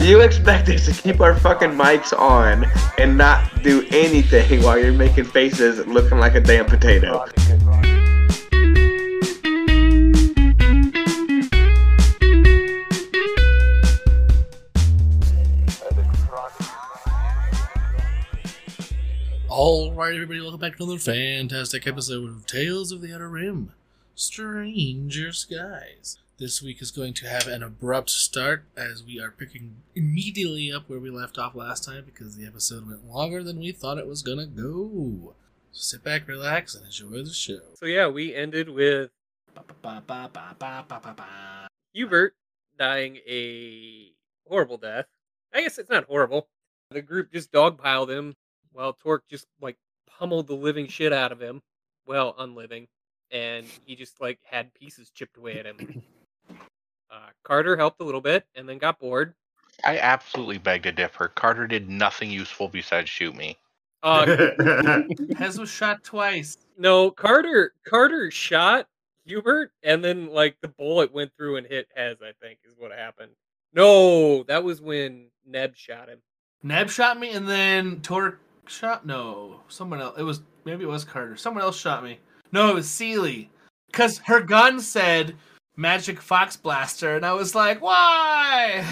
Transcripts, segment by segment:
you expect us to keep our fucking mics on and not do anything while you're making faces looking like a damn potato. All right, everybody, welcome back to another fantastic episode of Tales of the Outer Rim Stranger Skies. This week is going to have an abrupt start as we are picking immediately up where we left off last time because the episode went longer than we thought it was going to go. So sit back, relax, and enjoy the show. So yeah, we ended with Hubert dying a horrible death. I guess it's not horrible. The group just dogpiled him while Torque just like pummeled the living shit out of him. Well, unliving. And he just like had pieces chipped away at him. Uh, Carter helped a little bit and then got bored. I absolutely beg to differ. Carter did nothing useful besides shoot me. Uh, Pez was shot twice. no, Carter Carter shot Hubert and then like the bullet went through and hit Hez, I think, is what happened. No, that was when Neb shot him. Neb shot me, and then Torque shot. No, someone else. It was maybe it was Carter. Someone else shot me. No, it was Seely, because her gun said "Magic Fox Blaster," and I was like, "Why?"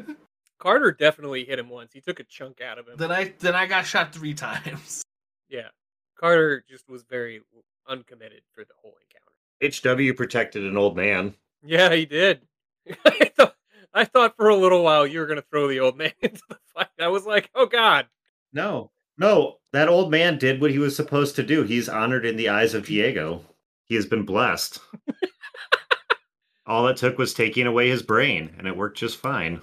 Carter definitely hit him once. He took a chunk out of him. then I then I got shot three times. Yeah. Carter just was very uncommitted for the whole encounter. HW protected an old man. Yeah, he did. I thought I thought for a little while you were gonna throw the old man into the fight. I was like, oh god. No, no, that old man did what he was supposed to do. He's honored in the eyes of Diego. He has been blessed. All it took was taking away his brain, and it worked just fine.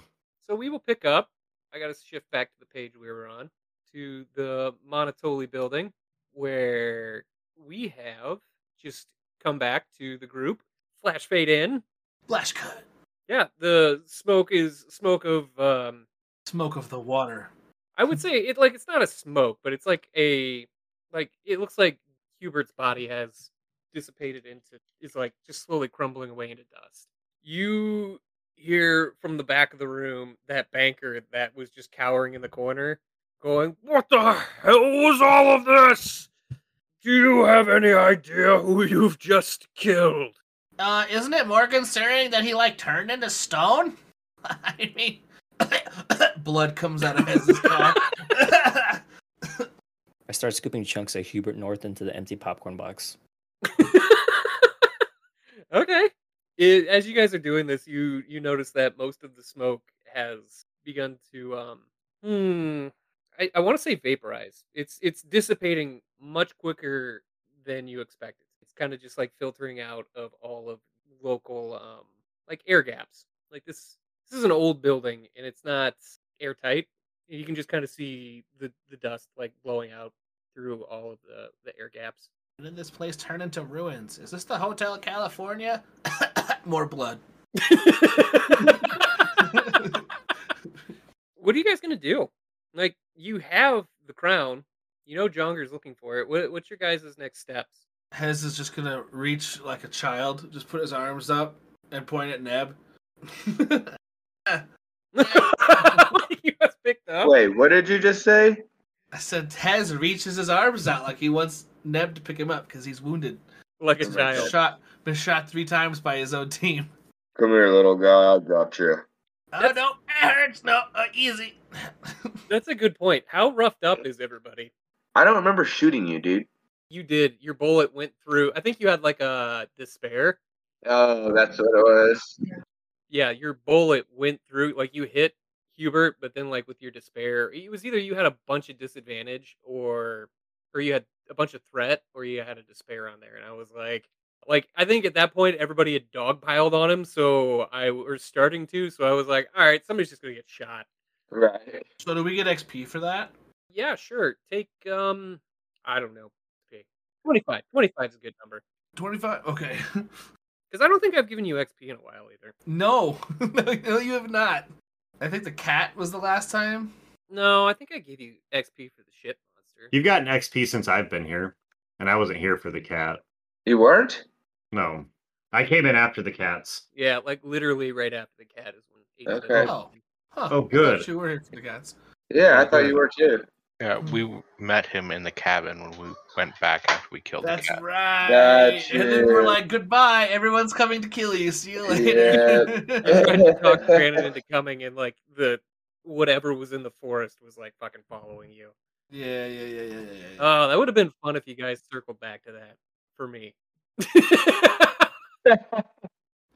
So we will pick up. I gotta shift back to the page we were on to the Monotoli building where we have just come back to the group. Flash fade in. Flash cut. Yeah, the smoke is smoke of um Smoke of the water. I would say it like it's not a smoke, but it's like a like it looks like Hubert's body has dissipated into is like just slowly crumbling away into dust. You hear from the back of the room that banker that was just cowering in the corner going, "What the hell was all of this? Do you have any idea who you've just killed?" Uh, isn't it more concerning that he like turned into stone? I mean, blood comes out of his car. I start scooping chunks of Hubert North into the empty popcorn box. okay. It, as you guys are doing this, you you notice that most of the smoke has begun to um hmm I, I want to say vaporize. It's it's dissipating much quicker than you expected. It's kind of just like filtering out of all of local um like air gaps. Like this this is an old building and it's not airtight. You can just kind of see the the dust like blowing out through all of the the air gaps. Did this place turn into ruins? Is this the Hotel California? More blood. what are you guys gonna do? Like, you have the crown. You know, Jonger's looking for it. What, what's your guys' next steps? Hez is just gonna reach like a child, just put his arms up and point at Neb. you guys picked up. Wait, what did you just say? I said Hez reaches his arms out like he wants Neb to pick him up because he's wounded. like a Right. child. Shot, been shot three times by his own team. Come here, little guy, I'll drop you. Oh no, it hurts. No, uh, easy. That's a good point. How roughed up is everybody? I don't remember shooting you, dude. You did. Your bullet went through. I think you had like a despair. Oh, that's what it was. Yeah, your bullet went through. Like you hit Hubert, but then like with your despair, it was either you had a bunch of disadvantage, or or you had a bunch of threat, or you had a despair on there. And I was like, like I think at that point everybody had dogpiled on him, so I was starting to. So I was like, all right, somebody's just gonna get shot. Right. So do we get XP for that? Yeah, sure. Take um, I don't know, twenty five. Twenty five is a good number Twenty-five. Okay. because I don't think I've given you XP in a while either. no, no, you have not. I think the cat was the last time. No, I think I gave you XP for the shit monster. You've gotten XP since I've been here, and I wasn't here for the cat. You weren't? No, I came in after the cats. Yeah, like literally right after the cat is when. Okay. Oh. Huh, Oh, I thought good. You were here for the cats. Yeah, I thought you were too. Yeah, we met him in the cabin when we went back after we killed That's the cat. right. Gotcha. And then we're like, goodbye. Everyone's coming to kill you. See you later. Yeah. I tried to talk Brandon into coming, and like the whatever was in the forest was like fucking following you. yeah, yeah, yeah, yeah, yeah, yeah, yeah. Uh, Oh, that would have been fun if you guys circled back to that for me.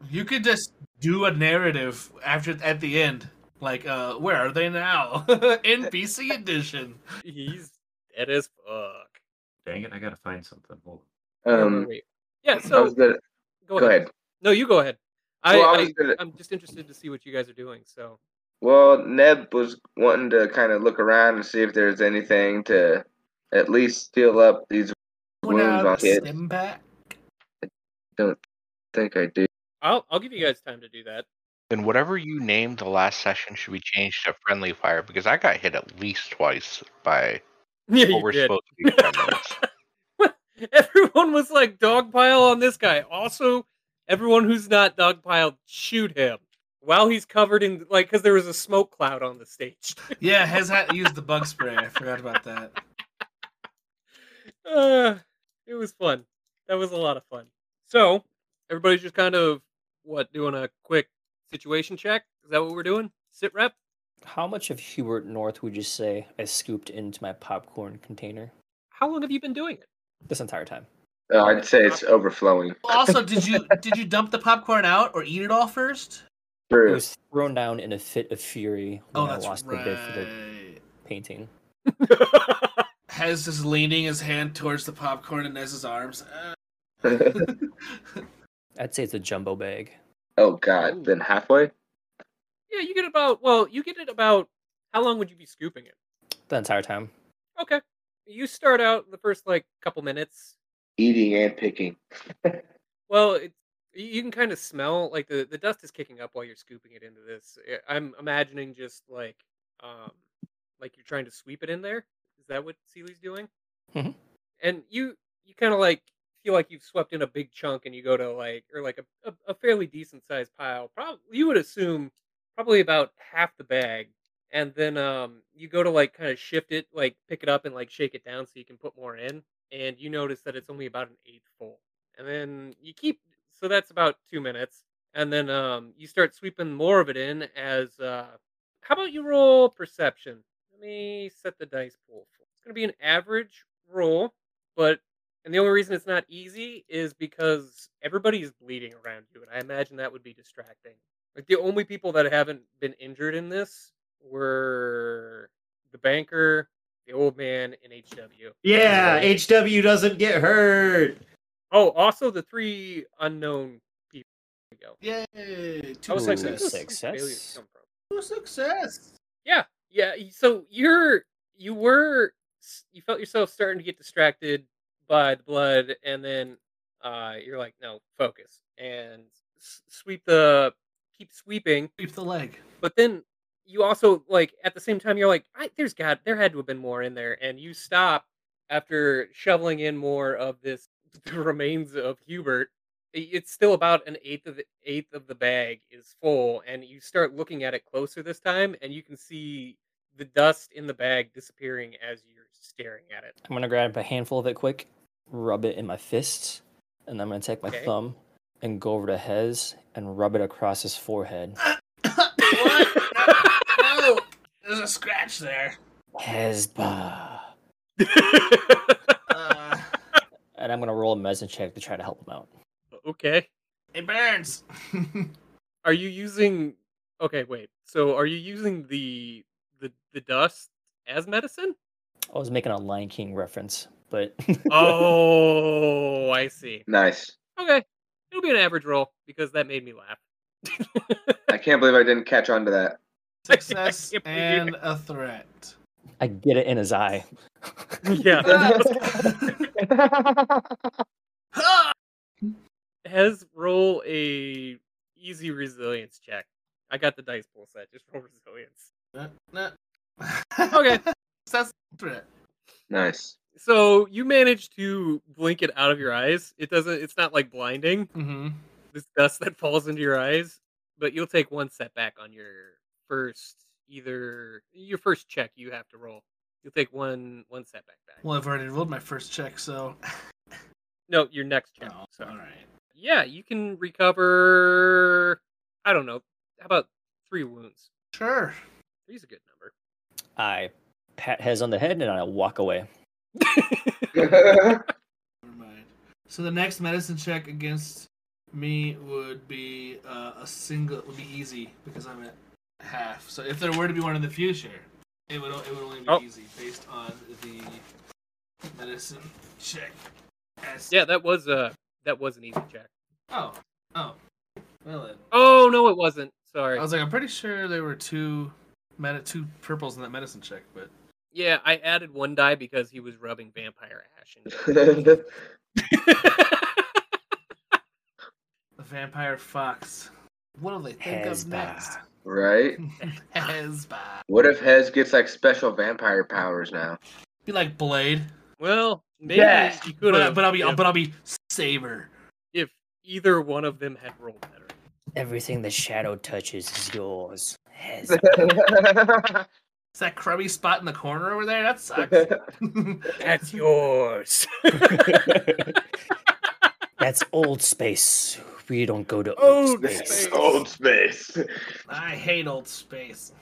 You could just do a narrative after at the end, like, uh, where are they now? NPC edition. He's dead as fuck. Dang it, I gotta find something. Hold Where Um, were we? yeah. I So was gonna, go, go ahead. ahead. No, you go ahead. I, Well, I I was gonna- I'm just interested to see what you guys are doing. So Well, Neb was wanting to kind of look around and see if there's anything to at least seal up these. Going Wounds out on of it. stim pack. I think I do. I'll I'll give you guys time to do that. And whatever you named the last session should be changed to friendly fire because I got hit at least twice by Yeah, what you we're did. supposed to be friendlies. everyone was like dogpile on this guy. Also, everyone who's not dogpiled, shoot him while he's covered in like because there was a smoke cloud on the stage. Yeah, has had used the bug spray. I forgot about that. uh, it was fun. That was a lot of fun. So everybody's just kind of what doing a quick situation check. Is that what we're doing? Sit rep. How much of Hubert North would you say I scooped into my popcorn container How long have you been doing it? this entire time? Uh, I'd say it's overflowing. Also, did you did you dump the popcorn out or eat it all first? It True. was thrown down in a fit of fury when Oh, I that's lost the bid for the right. painting. Hez is leaning his hand towards the popcorn in Nez's arms. Uh, I'd say it's a jumbo bag. oh God! Then halfway. yeah, you get about well, you get it about how long would you be scooping it? The entire time. Okay. You start out the first like couple minutes. Eating and picking. Well, it's, you you can kind of smell like the, the dust is kicking up while you're scooping it into this. I- I'm imagining just like um like you're trying to sweep it in there. Is that what Seely's doing? Mhm. And you you kind of like feel like you've swept in a big chunk and you go to like or like a, a, a fairly decent sized pile. Probably you would assume probably about half the bag and then um you go to like kind of shift it like pick it up and like shake it down so you can put more in and you notice that it's only about an eighth full and then you keep so that's about two minutes and then um you start sweeping more of it in as uh how about you roll perception let me set the dice pool for it's going to be an average roll but and the only reason it's not easy is because everybody's bleeding around you and i imagine that would be distracting like the only people that haven't been injured in this were the banker, the old man, and HW. Yeah, HW doesn't get hurt. Oh, also the three unknown people. There we go. Yay! I Two was like, Ooh, where success. does six. these failures success. come from? Two success. Yeah, yeah. y- So you're you were s- you felt yourself starting to get distracted by the blood, and then uh, you're like, no, focus and s- sweep the keep sweeping, Sweep the leg. but then you also like at the same time you're like I, there's got there had to have been more in there and you stop after shoveling in more of this the remains of hubert i- it's still about an eighth of the eighth of the bag is full and you start looking at it closer this time and you can see the dust in the bag disappearing as you're staring at it I'm gonna grab a handful of it quick, rub it in my fists, and I'm gonna take my Okay. thumb and go over to Hez and rub it across his forehead. what? No, no. There's a scratch there. Hezba. Uh, And I'm gonna roll a medicine check to try to help him out. okay it burns. are you using okay wait so are you using the the the dust as medicine I was making a Lion King reference, but oh i see Nice. okay it'll be an average roll because that made me laugh I can't believe I didn't catch on to that. success can't believe and a threat. I get it in his eye. yeah has roll a easy resilience check i got the dice pool set just roll resilience Okay. Success and threat. Nice. so you manage to blink it out of your eyes it doesn't it's not like blinding Mm-hmm. this dust that falls into your eyes, but you'll take one setback on your first either your first check you have to roll. You'll take one one setback back. Well, I've already rolled my first check, so. No, your next check. Oh, sorry. all right. Yeah, you can recover. I don't know. How about three wounds? Sure. Three's a good number. I pat Hez on the head and I walk away. Never mind. So the next medicine check against me would be uh, a single. Would be easy because I'm at half. So if there were to be one in the future, it would o- it would only be Oh. easy based on the medicine check. As- yeah, that was a that was an easy check. Oh. Oh. Well then. Oh no, it wasn't. Sorry. I was like, I'm pretty sure there were two, med- two purples in that medicine check, but Yeah, I added one die because he was rubbing vampire ash. That's In the vampire fox. What do they think of next? Hezbollah. right. Hezbollah. What if Hez gets like special vampire powers now? Be like Blade. well, maybe Yes, you could But, I, have. but I'll be, if, but I'll be Saber. if either one of them had rolled better. Everything the shadow touches is yours. Hez. It's that crummy spot in the corner over there. That sucks. That's yours. That's old space. We don't go to Old old space. space. Old space. I hate old space.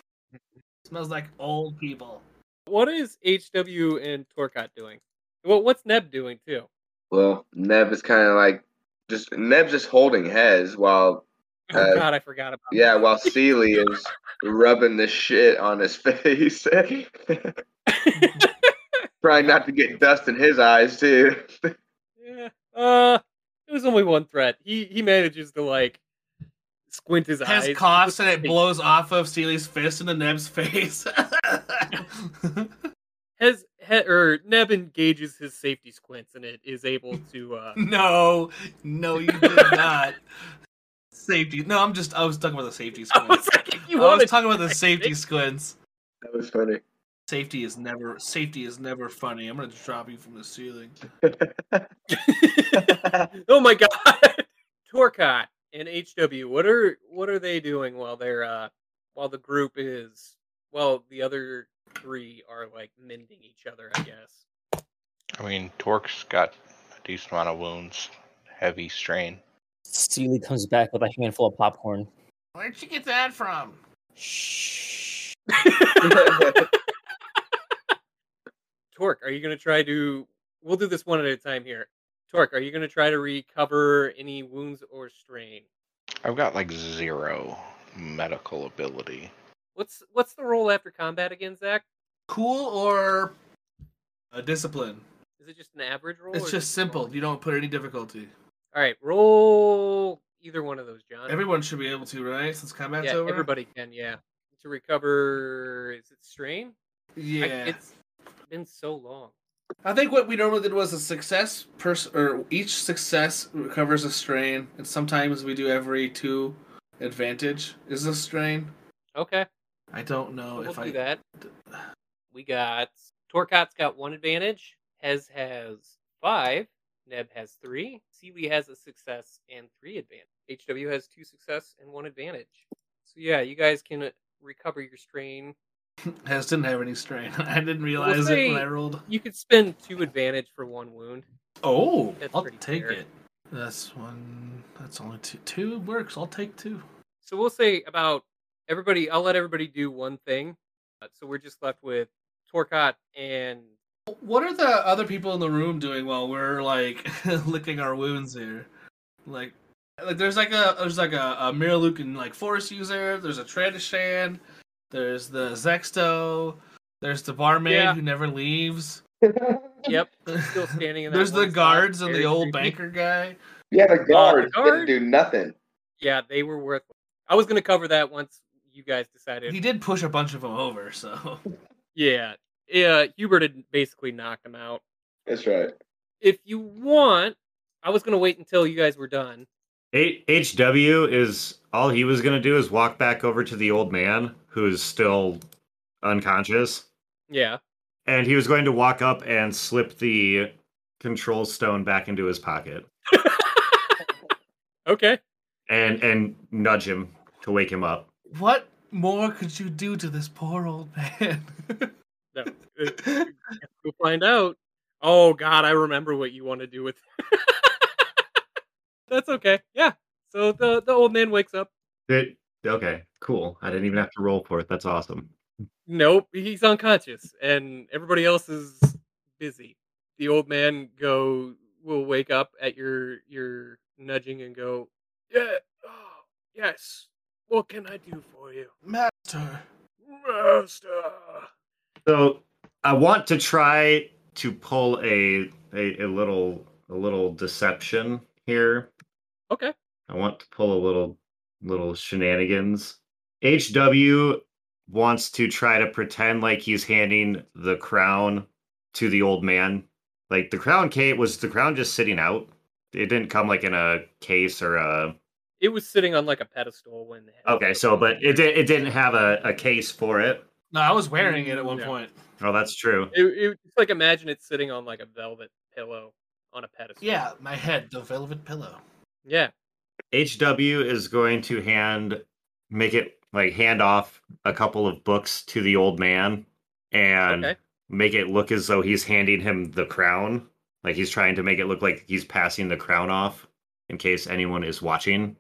smells like old people. what is HW and Torcot doing? Well, what's Neb doing too? Well, Neb is kind of like just Neb's just holding Hez while Oh Uh, God, I forgot about. yeah while Seely is rubbing the shit on his face, that. trying not to get dust in his eyes too. yeah. Uh, it was only one threat. He he manages to like squint his eyes. Has coughs and it blows off of Seely's fist into Neb's face. Has he, or Neb engages his safety squints and it is able to uh no, no, you did not. Safety. No, I'm just. I was talking about the safety I was squints. like, if I you want was to talking about the safety squints. That was funny. Safety is never. Safety is never funny. I'm gonna drop you from the ceiling. oh my god torcott and hw what are what are they doing while they're uh while the group is well the other three are like mending each other i guess I mean, Torque's got a decent amount of wounds, heavy strain. Seely comes back with a handful of popcorn. Where'd you get that from? Shh. torque are you going to try to we'll do this one at a time here torque are you going to try to recover any wounds or strain I've got like zero medical ability. what's what's the role after combat again zach Cool or a discipline? is it just an average roll or It's just simple. rolling? You don't put any difficulty. all right roll either one of those john Everyone should be able to, right? Since combat's Uh, yeah, over. everybody can. Yeah, to recover. Is it strain? I- Yeah. I, it's been so long. think what we normally did was a success pers- or each success recovers a strain, and sometimes we do every two advantage is a strain. Okay, I don't know we'll Oh, if do I that. We got Torcot's got one advantage. Hez has five. Neb has three. Seely has a success and three advantage. HW has two success and one advantage. So yeah, you guys can uh, recover your strain. Hess didn't have any strain. I didn't realize it say- when I rolled. You could spend two advantage for one wound. Oh, That's I'll pretty take fair. it. That's one. That's only two. Two works. I'll take two. So we'll say about everybody. I'll let everybody do one thing. Uh, so we're just left with Torcot and What are the other people in the room doing while we're like licking our wounds here? Like, like there's like a there's like a, a Miralukan like force user. There's a Tradishan. There's the Zexto. There's the barmaid Yeah. who never leaves. yep, still standing in. That there's the one spot, guards and very the old creepy. banker guy. Yeah, the guards guard? didn't do nothing. Yeah, they were worth. I was gonna cover that once you guys decided. He did push a bunch of them over, so Yeah, yeah. Hubert had basically knocked him out. That's right. If you want, I was gonna wait until you guys were done. H- HW is all he was going to do is walk back over to the old man who's still unconscious. Yeah. And he was going to walk up and slip the control stone back into his pocket okay. and and nudge him to wake him up. what more could you do to this poor old man? No. We'll find out. Oh God, I remember what you want to do with. That's okay. Yeah. So the the old man wakes up. It, okay, cool. I didn't even have to roll for it. That's awesome. Nope, he's unconscious, and everybody else is busy. The old man go will wake up at your your nudging and go, yeah, oh, yes. What can I do for you, Master. master? So I want to try to pull a a, a little a little deception here. Okay. I want to pull a little little shenanigans. HW wants to try to pretend like he's handing the crown to the old man. Like the crown Kate was the crown just sitting out. It didn't come like in a case or a It was sitting on like a pedestal when. the- Okay, so but it did, it didn't have a, a case for it. No, I was wearing it at one Yeah. point. Oh, that's true. It, it, it's like imagine it sitting on like a velvet pillow on a pedestal. Yeah, my head, the velvet pillow. Yeah. HW is going to hand make it like hand off a couple of books to the old man and Okay. make it look as though he's handing him the crown. Like he's trying to make it look like he's passing the crown off in case anyone is watching.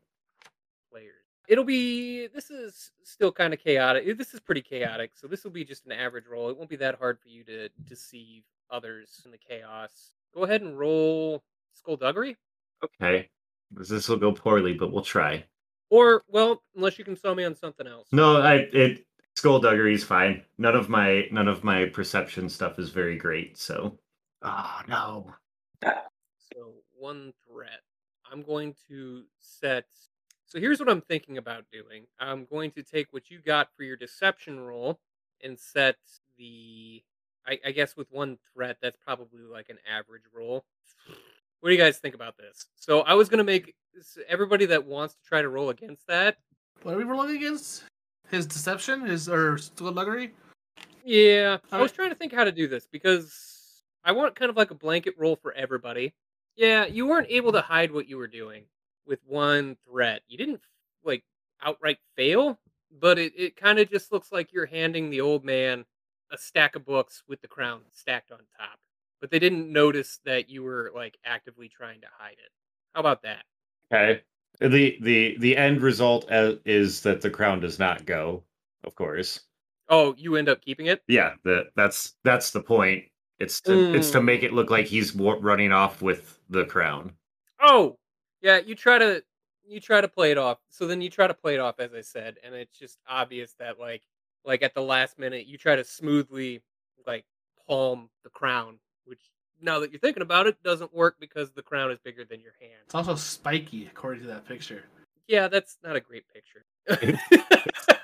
players. It'll be this is still kind of chaotic. eh, This is pretty chaotic, so this will be just an average roll. It won't be that hard for you to deceive others in the chaos. Go ahead and roll skullduggery, Okay. This will go poorly, but we'll try. or well, unless you can sell me on something else. No, I it skullduggery is fine. None of my none of my perception stuff is very great, so Oh no. So one threat. I'm going to set. So here's what I'm thinking about doing. I'm going to take what you got for your deception roll and set the. I, I guess with one threat, that's probably like an average roll. What do you guys think about this? So I was going to make s- everybody that wants to try to roll against that. What are we rolling against? His deception, his or skullduggery? Yeah, I was Alright. trying to think how to do this because I want kind of like a blanket roll for everybody. Yeah, you weren't able to hide what you were doing with one threat. You didn't like outright fail, but it, it kind of just looks like you're handing the old man a stack of books with the crown stacked on top. But they didn't notice that you were like actively trying to hide it. How about that? Okay. The the the end result uh, is that the crown does not go, of course. Oh, you end up keeping it? Yeah, the, that's that's the point. It's to it's Hmm. to make it look like he's wa- running off with the crown. oh yeah you try to you try to play it off so then you try to play it off as i said and it's just obvious that like like at the last minute you try to smoothly like palm the crown which now that you're thinking about it doesn't work because the crown is bigger than your It's hand also spiky, according to that picture. yeah that's not a great picture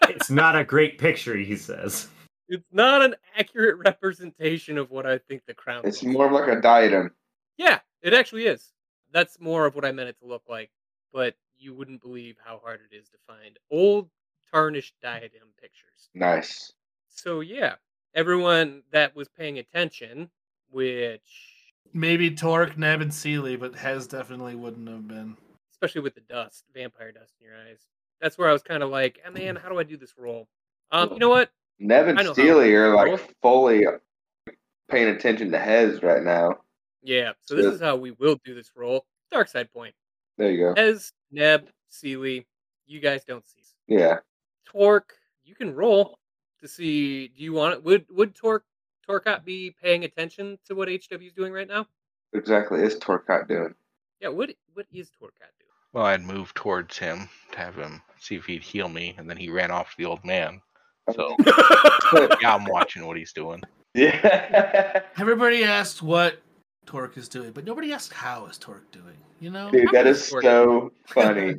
It's not a great picture, he says. it's not an accurate representation of what i think the crown It's looks more of like a diadem. Yeah, it actually is. That's more of what I meant it to look like, but you wouldn't believe how hard it is to find old tarnished diadem pictures. Nice. So yeah, everyone that was paying attention, which Maybe Torque, Neb, and Sealy, but Hez definitely wouldn't have been. especially with the dust, vampire dust in your eyes. That's where I was kind of like, "Ah, man, how do I do this roll? Um, you know what? Nevin I know how Steely it are like works. fully paying attention to Hez right now. Yeah. So this Yeah. is how we will do this roll. Dark side point. There you go. As Neb, Seely, you guys don't see. Yeah. Torque, you can roll to see. Do you want it? Would would Torque Torcott be paying attention to what HW is doing right now? Exactly. It's Torcott doing. Yeah. What what is Torcott doing? Well, I'd move towards him to have him see if he'd heal me, and then he ran off to the old man. So yeah, I'm watching what he's doing. Yeah. Everybody asks what Torque is doing, but nobody asks how is Torque doing. You know, Dude, that many is Torque- so funny.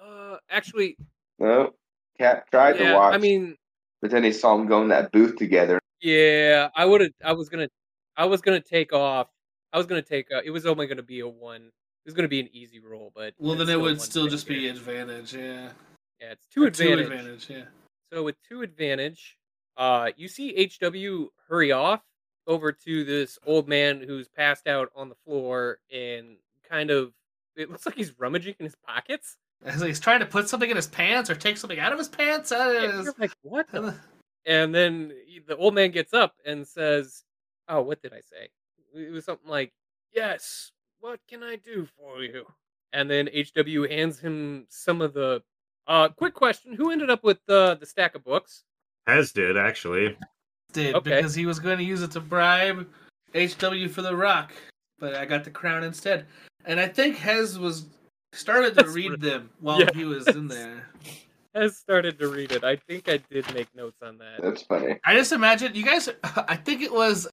Uh, actually, No. Cat tried to yeah. watch, I mean, but then he saw him go in that booth together. yeah. I would have. I was gonna. I was gonna take off. I was gonna take. Uh, it was only gonna be a one. It was gonna be an easy roll, but well, it's then it still would one still just failure. be advantage. Yeah, Yeah, it's two Or advantage. Two advantage. Yeah. So with two advantage, uh, you see HW hurry off over to this old man who's passed out on the floor and kind of it looks like he's rummaging in his pockets. As he's trying to put something in his pants or take something out of his pants. That And is. you're like, what the And then he- the old man gets up and says, "Oh, what did I say?" It was something like, "Yes, what can I do for you?" And then HW hands him some of the. Uh, quick question: Who ended up with the the stack of books? As did actually. did Okay. because he was going to use it to bribe HW for the rock, but I got the crown instead. And I think Hez was started to That's read right. them while Yeah. he was in there. Has started to read it. I think I did make notes on that. That's funny. I just imagine you guys. I think it was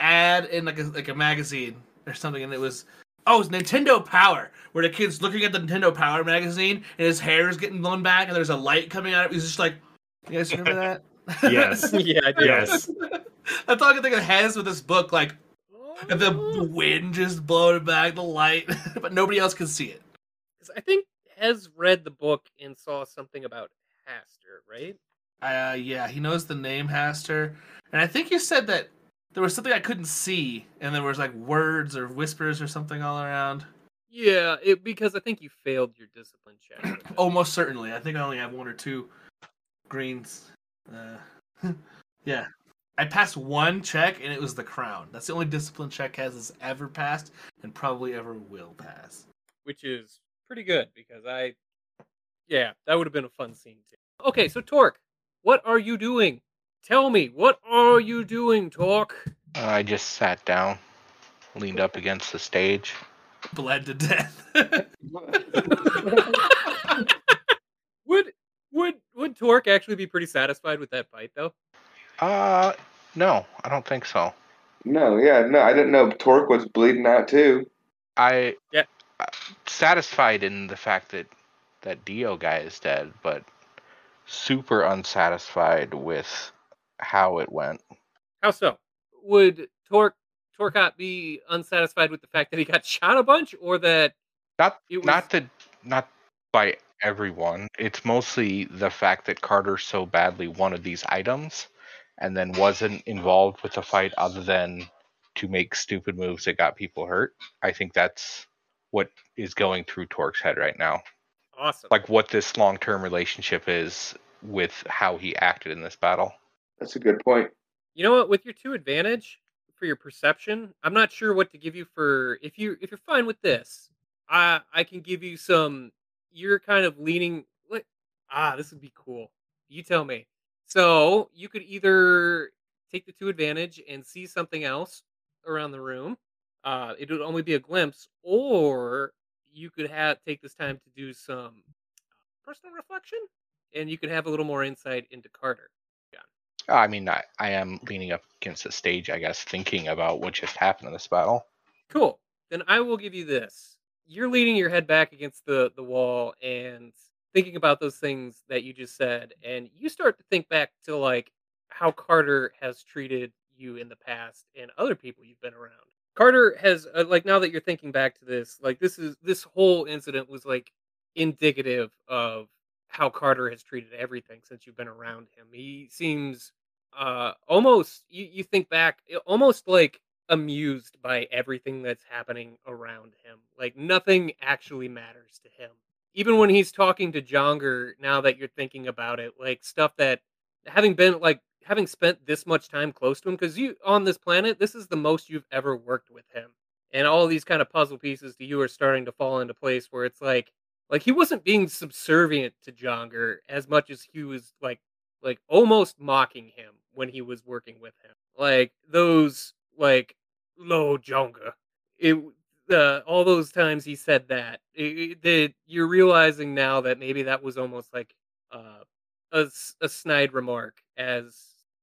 ad in like a like a magazine or something, and it was oh, it's Nintendo Power, where the kid's looking at the Nintendo Power magazine, and his hair is getting blown back, and there's a light coming out. of it. He's just like, you guys remember that? Yes. Uh, yeah, I did. Yes. That's all I can think of Hez with this book, like Oh. And the wind just blowing back the light, but nobody else can see it. 'Cause I think has read the book and saw something about Haster, right? Uh, yeah, he knows the name Haster, and I think you said that there was something I couldn't see, and there was like words or whispers or something all around. Yeah, it, because I think you failed your discipline check. with it. Almost Oh, certainly, I think I only have one or two greens. Uh, yeah, I passed one check, and it was the crown. That's the only discipline check Hez has ever passed, and probably ever will pass. which is pretty good because I, yeah, that would have been a fun scene too. Okay, so Torque, what are you doing? Tell me, what are you doing, Torque? Uh, I just sat down, leaned up against the stage. Bled to death. Would would would Torque actually be pretty satisfied with that fight though? Uh, no, I don't think so. No, yeah, no, I didn't know Torque was bleeding out too. I Yeah. uh, satisfied in the fact that that Dio guy is dead, but super unsatisfied with how it went. How so? Would Torque Torcott be unsatisfied with the fact that he got shot a bunch, or that Not It was- not the not by everyone. It's mostly the fact that Carter so badly wanted these items and then wasn't involved with the fight other than to make stupid moves that got people hurt. I think that's what is going through Torque's head right now. awesome? Like what this long term relationship is with how he acted in this battle. That's a good point. You know what? With your two advantage for your perception, I'm not sure what to give you for if you if you're fine with this. I I can give you some. You're kind of leaning. What? Ah, this would be cool. You tell me. So you could either take the two advantage and see something else around the room. Uh, it would only be a glimpse, or you could have take this time to do some uh, personal reflection, and you could have a little more insight into Carter. Uh, I mean, I, I am leaning up against the stage, I guess, thinking about what just happened in this battle. Cool. Then I will give you this. You're leaning your head back against the, the wall and thinking about those things that you just said, and you start to think back to like how Carter has treated you in the past and other people you've been around. Carter has uh, like now that you're thinking back to this, like this is this whole incident was like indicative of how Carter has treated everything since you've been around him. He seems uh almost you, you think back i- almost like amused by everything that's happening around him. Like nothing actually matters to him. Even when he's talking to Jonger, now that you're thinking about it, like stuff that having been like having spent this much time close to him, because you on this planet, this is the most you've ever worked with him. And all these kind of puzzle pieces to you are starting to fall into place where it's like like he wasn't being subservient to Jonger as much as he was like like almost mocking him when he was working with him. Like those like low Jonga. It uh, all those times he said that it, it- that you're realizing now that maybe that was almost like uh, a s- a snide remark as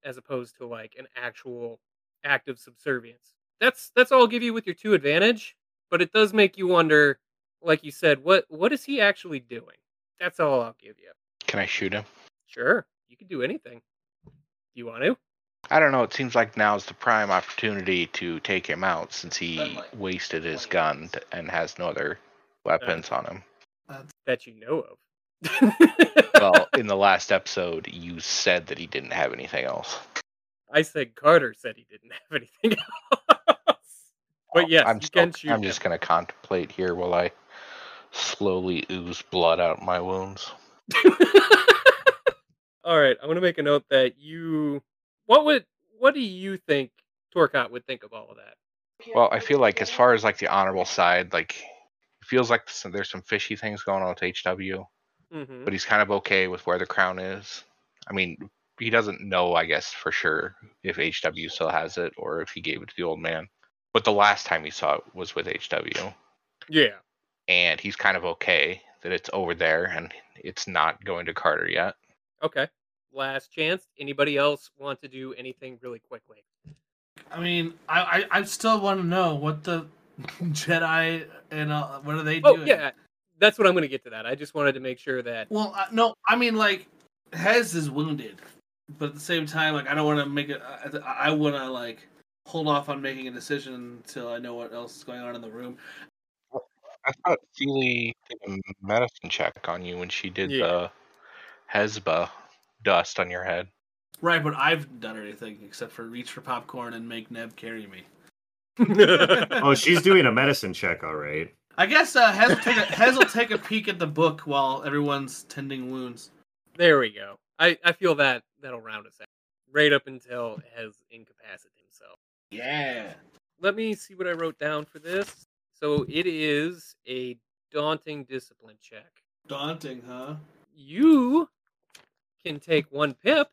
as opposed to like an actual act of subservience. That's that's all I'll give you with your two advantage, but it does make you wonder, like you said, what what is he actually doing? That's all I'll give you. Can I shoot him? Sure, you can do anything. You want to? I don't know. It seems like now's the prime opportunity to take him out since he Sunlight. wasted his gun t- and has no other weapons on him. That you know of. Well, in the last episode, you said that he didn't have anything else. I said Carter said he didn't have anything else. But yes, I'm you still- can shoot I'm just him. going to contemplate here while I slowly ooze blood out my wounds. All right, I'm gonna make a note that you. What would? What do you think Torcott would think of all of that? Well, I feel like as far as like the honorable side, like it feels like s- there's some fishy things going on with HW, Mm-hmm. but he's kind of okay with where the crown is. I mean, he doesn't know, I guess, for sure if HW still has it or if he gave it to the old man. But the last time he saw it was with HW, Yeah. and he's kind of okay that it's over there and it's not going to Carter yet. Okay. Last chance. Anybody else want to do anything really quickly? I mean, I I, I still want to know what the Jedi and uh, what are they Oh doing? yeah, that's what I'm gonna get to. That I just wanted to make sure that. Well, I, no, I mean like Hez is wounded, but at the same time, like I don't want to make it. I, I want to like hold off on making a decision until I know what else is going on in the room. I thought Feely did a medicine check on you when she did Yeah. the Hezba dust on your head. Right, but I've done anything except for reach for popcorn and make Neb carry me. Oh, she's doing a medicine check, all right. I guess uh, Hez, will take a, Hez will take a peek at the book while everyone's tending wounds. there we go. I I feel that that'll round us out right up until has incapacitated himself. Yeah. let me see what I wrote down for this. So it is a daunting discipline check. Daunting, huh? You can take one pip,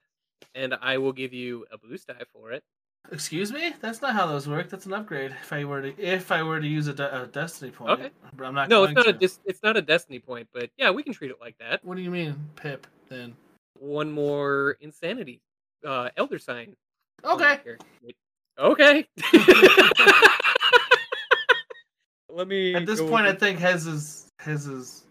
and I will give you a boost die for it. Excuse me? That's not how those work. That's an upgrade. If I were to, if I were to use a, de- a destiny point, Okay. but I'm not. No, it's going not a to. dis- it's not a destiny point, but yeah, we can treat it like that. What do you mean, Pip? Then One more insanity, uh, elder sign. on okay. your character. Okay. Let me. At this go point, I over- think Hez is Hez is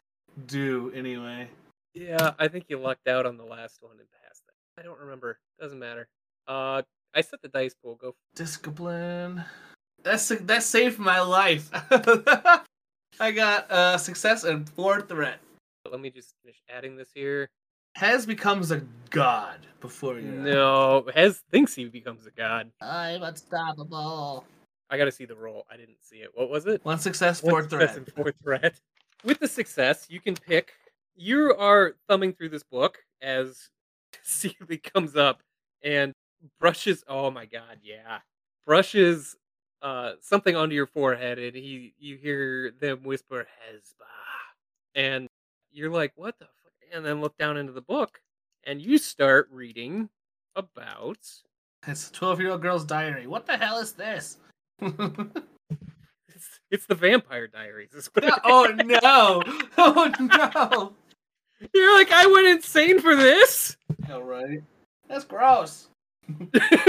due anyway. Yeah, I think you lucked out on the last one and passed that. I don't remember. Doesn't matter. Uh, I set the dice pool. Go. Discipline. That's that saved my life. I got uh, success and four threat. Let me just finish adding this here. Hez becomes a god before you. No, Hez thinks he becomes a god. I'm unstoppable. I gotta see the roll. I didn't see it. What was it? One success, One four success threat. and Four threat. With the success, you can pick. You are thumbing through this book as Seeley comes up and brushes. Oh my god, yeah, brushes uh, something onto your forehead, and he you hear them whisper Hezba, and you're like, what the? Fuck? And then look down into the book, and you start reading about It's a 12 year old girl's diary. What the hell is this? Oh, it's, it's the Vampire Diaries. is what it oh no! Oh no! is. You're like, I went insane for this. All right. That's gross.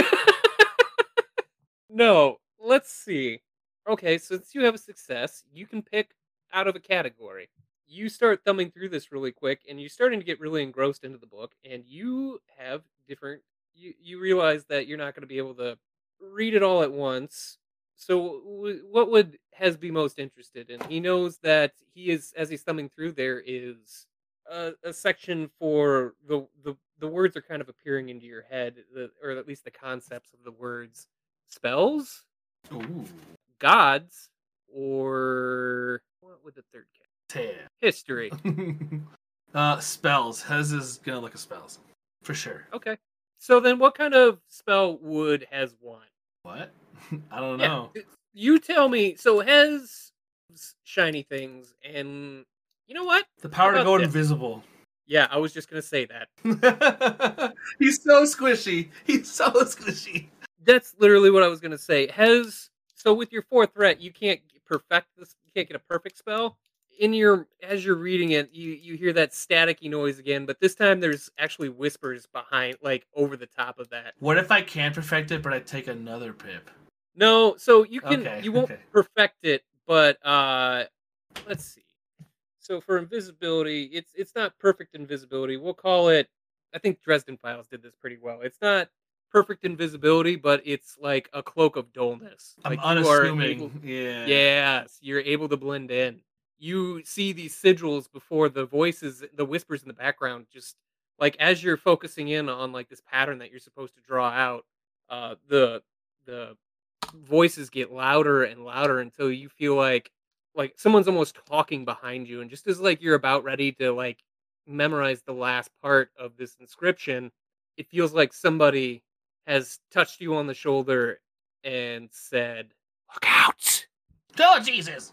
no, let's see. Okay, since you have a success, you can pick out of a category. You start thumbing through this really quick, and you're starting to get really engrossed into the book, and you have different. You you realize that you're not going to be able to read it all at once. So, w- what would has be most interested in? He knows that he is as he's thumbing through. There is a, a section for the, the the words are kind of appearing into your head, the, or at least the concepts of the words spells, Ooh. gods, or what would the third cat? History. Damn. uh, spells. Hez is gonna look at spells. For sure. Okay. So then, what kind of spell would Hez want? What? I don't Yeah, know. it's- You tell me. So Hez loves shiny things, and you know what? The power to about go this? invisible. Yeah, I was just gonna say that. He's so squishy. He's so squishy. That's literally what I was gonna say. Has so with your fourth threat, you can't g- perfect this. You can't get a perfect spell. In your as you're reading it, you you hear that staticky noise again, but this time there's actually whispers behind, like over the top of that. What if I can perfect it, but I take another pip? No, so you can Okay, you won't okay. perfect it, but uh let's see. So for invisibility, it's it's not perfect invisibility. We'll call it I think Dresden Files did this pretty well. It's not perfect invisibility, but it's like a cloak of dullness. I'm like you are unassuming. able- yeah. Yes, you're able to blend in. You see these sigils before the voices, the whispers in the background, just like as you're focusing in on like this pattern that you're supposed to draw out. Uh, the the voices get louder and louder until you feel like like someone's almost talking behind you and just as like you're about ready to like memorize the last part of this inscription it feels like somebody has touched you on the shoulder and said look out Oh Jesus!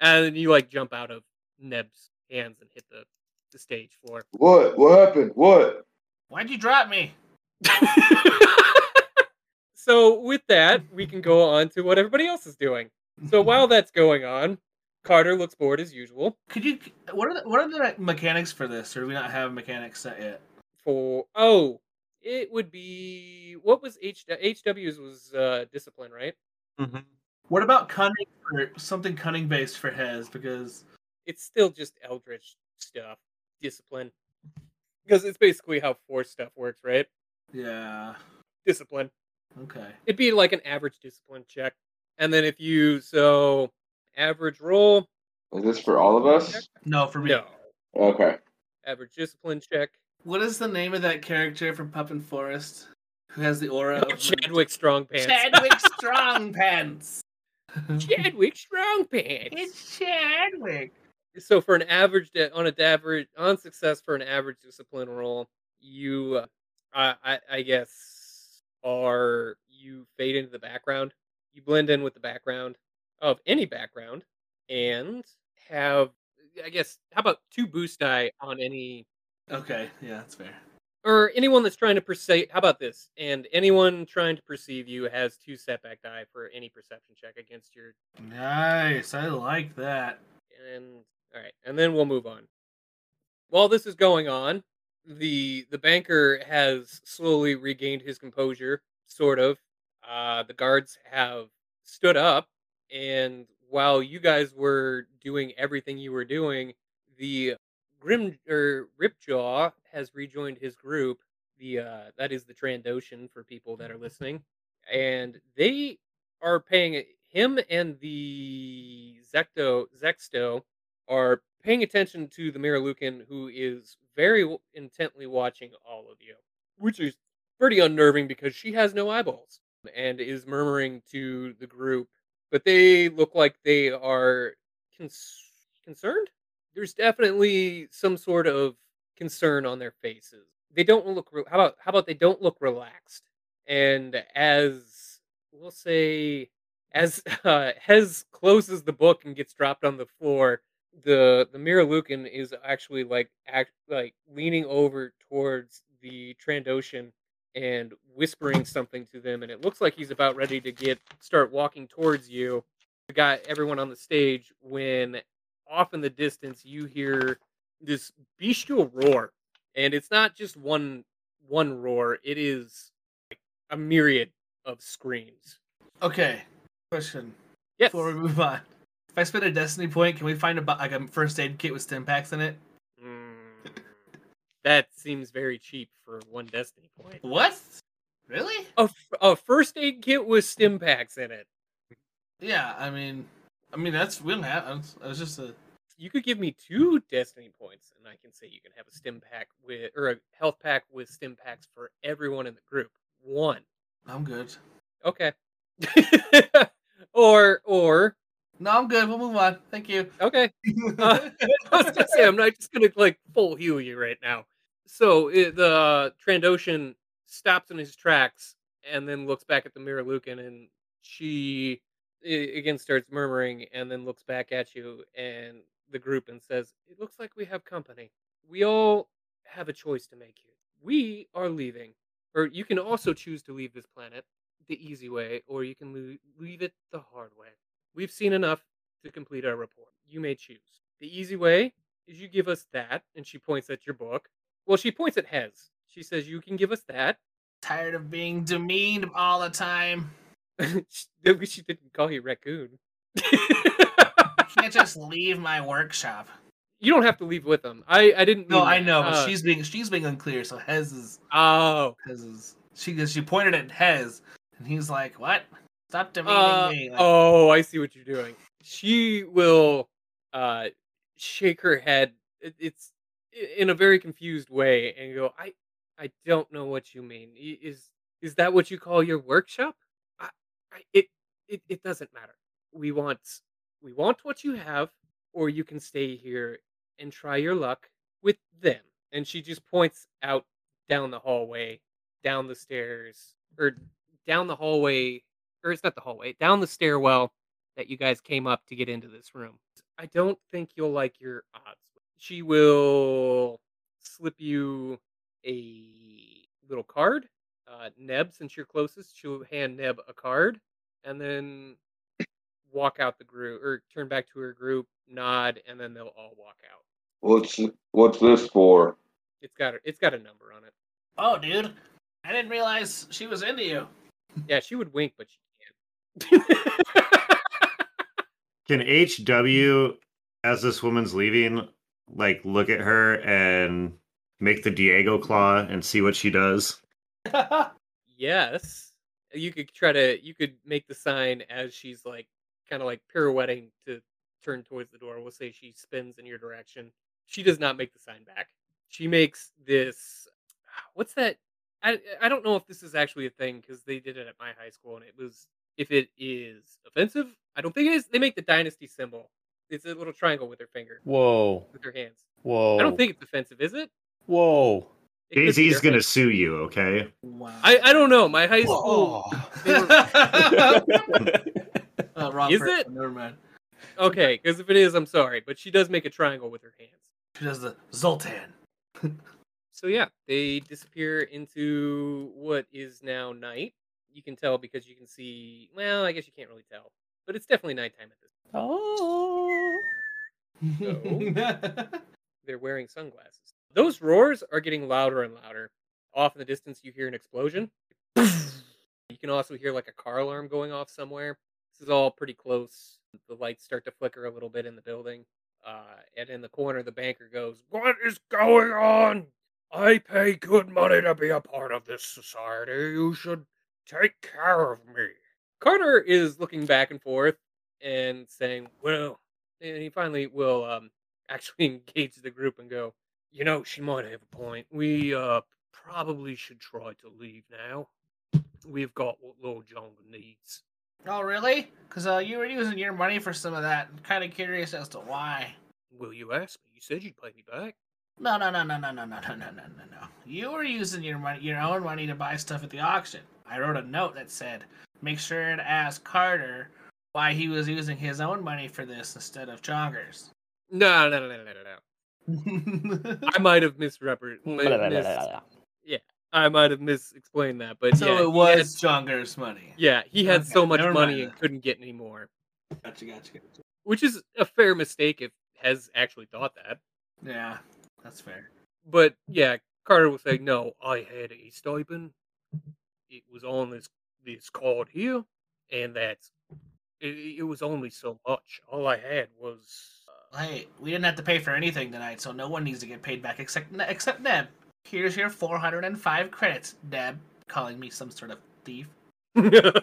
and you like jump out of neb's hands and hit the, the stage floor What? What happened? What? Why'd you drop me? so with that, we can go on to what everybody else is doing. So while that's going on, Carter looks bored as usual. Could you? What are the, what are the mechanics for this? Or do we not have mechanics set yet? For oh, it would be what was H HW's was uh, discipline, right? What about cunning or something cunning based for Hez? Because It's still just Eldritch stuff, discipline, because it's basically how force stuff works, right? yeah, Discipline. okay. It'd be like an average discipline check, and then if you so average roll. Is this for all of us? No, for me. No, Okay. average discipline check. What is the name of that character from Puffin Forest who has the aura Oh, of Chadwick Strong Pants. Chadwick Strongpants. Chadwick Strong Pants. it's Chadwick. So for an average de- on a average on success for an average discipline roll, you, uh, I, I, I guess, are you fade into the background. You blend in with the background of any background, and have I guess how about two boost die on any Okay, yeah, that's fair. or anyone that's trying to perceive. How about this? And anyone trying to perceive you has two setback die for any perception check against your Nice. I like that. and all right, and then we'll move on. While this is going on, the the banker has slowly regained his composure, sort of. Uh, the guards have stood up, and while you guys were doing everything you were doing, the grim or Ripjaw has rejoined his group. The uh, that is the Trandoshan for people that are listening, and they are paying him and the Zecto Zexto are paying attention to the Miralucan, who is very w- intently watching all of you, which is pretty unnerving because she has no eyeballs and is murmuring to the group. But they look like they are cons- concerned. There's definitely some sort of concern on their faces. They don't look. Re- how about how about they don't look relaxed? And as we'll say as uh, Hez closes the book and gets dropped on the floor, the the Miralucan is actually like act like leaning over towards the Trandoshan and whispering something to them, and it looks like he's about ready to get start walking towards you. We got everyone on the stage when off in the distance you hear this bestial roar, and it's not just one one roar; it is like a myriad of screams. Okay, question Yes. before we move on. If I spend a destiny point, can we find a bo- like a first aid kit with stim packs in it? Mm, that seems very cheap for one destiny point. What? Really? A, f- a first aid kit with stim packs in it. Yeah. I mean, I mean that's we don't have. I was, I was just a. You could give me two destiny points, and I can say you can have a stim pack with or a health pack with stim packs for everyone in the group. One. I'm good. Okay. or or No, I'm good. We'll move on. Thank you. okay. Uh, I was gonna say I'm not just gonna like full heal you right now. So it, the Trandoshan stops in his tracks and then looks back at the mirror Lucan, and she i- again starts murmuring, and then looks back at you and the group and says, "It looks like we have company. We all have a choice to make here. We are leaving, or you can also choose to leave this planet the easy way, or you can lea- leave it the hard way. We've seen enough to complete our report. You may choose. The easy way is you give us that, and she points at your book. Well, she points at Hez. She says, You can give us that. Tired of being demeaned all the time. She- At least she didn't call you raccoon. Can't just leave my workshop. you don't have to leave with them. I, I didn't mean No, I that. know, but Uh, she's being she's being unclear. So Hez is Oh. Hez is she 'cause she pointed at Hez, and he's like, "What? Stop demeaning Uh, me." Like, oh, I see what you're doing. She will uh, shake her head. it- It's i- in a very confused way and go, "I, I don't know what you mean. I- Is is that what you call your workshop? I, I, it, it, it doesn't matter. We want we want what you have, or you can stay here and try your luck with them. And she just points out down the hallway, down the stairs, or down the hallway, or it's not the hallway, down the stairwell that you guys came up to get into this room. I don't think you'll like your odds. She will slip you a little card. Uh, Neb, since you're closest, she'll hand Neb a card and then walk out the group or turn back to her group, nod, and then they'll all walk out. What's what's this for? It's got a, it's got a number on it. Oh, dude, I didn't realize she was into you. Yeah, she would wink, but she can't. Can HW, as this woman's leaving, like look at her and make the Diego claw and see what she does? yes, you could try to you could make the sign as she's like kind of like pirouetting to turn towards the door. We'll say she spins in your direction. She does not make the sign back. She makes this. What's that? I I don't know if this is actually a thing because they did it at my high school and it was if it is offensive. I don't think it is. They make the dynasty symbol. It's a little triangle with her finger, Whoa. with her hands. Whoa. I don't think it's offensive, is it? Whoa. It could be Daisy's their gonna high- sue you, okay? Wow. I I don't know. My high school. Oh. oh, wrong Is person. it? Uh, Never mind. Okay, because if it is, I'm sorry, but she does make a triangle with her hands. She does the Zoltan. So yeah, they disappear into what is now night. You can tell because you can see. Well, I guess you can't really tell, but it's definitely nighttime at this. Oh. They're wearing sunglasses. Those roars are getting louder and louder. Off in the distance, you hear an explosion. You can also hear like a car alarm going off somewhere. This is all pretty close. The lights start to flicker a little bit in the building. Uh, and in the corner, the banker goes, What is going on? I pay good money to be a part of this society. You should take care of me. Carter is looking back and forth and saying, Well, and he finally will um, actually engage the group and go, You know, she might have a point. We uh, probably should try to leave now we've got what Lord John needs. oh, really? Because uh, you were using your money for some of that. I'm kind of curious as to why. Will you ask me? You said you'd pay me back. No, no, no, no, no, no, no, no, no, no, no, no. You were using your money, your own money to buy stuff at the auction. I wrote a note that said, "Make sure and ask Carter why he was using his own money for this instead of Chonger's." No, no, no, no, no, no. no. I might have misrepresented. mis- I might have misexplained that, but so yeah, it he was had- Chonger's money. yeah, he had so Okay, much never money mind and then. couldn't get any more, Gotcha, gotcha, gotcha. which is a fair mistake if has actually thought that. Yeah, that's fair. But yeah, Carter will say, "No, I had a stipend. It was on this this card here, and that's it, it was only so much. All I had was." Uh, Hey, we didn't have to pay for anything tonight, so no one needs to get paid back except Ne- except Neb. Here's your 405 credits, Neb. Calling me some sort of thief. uh,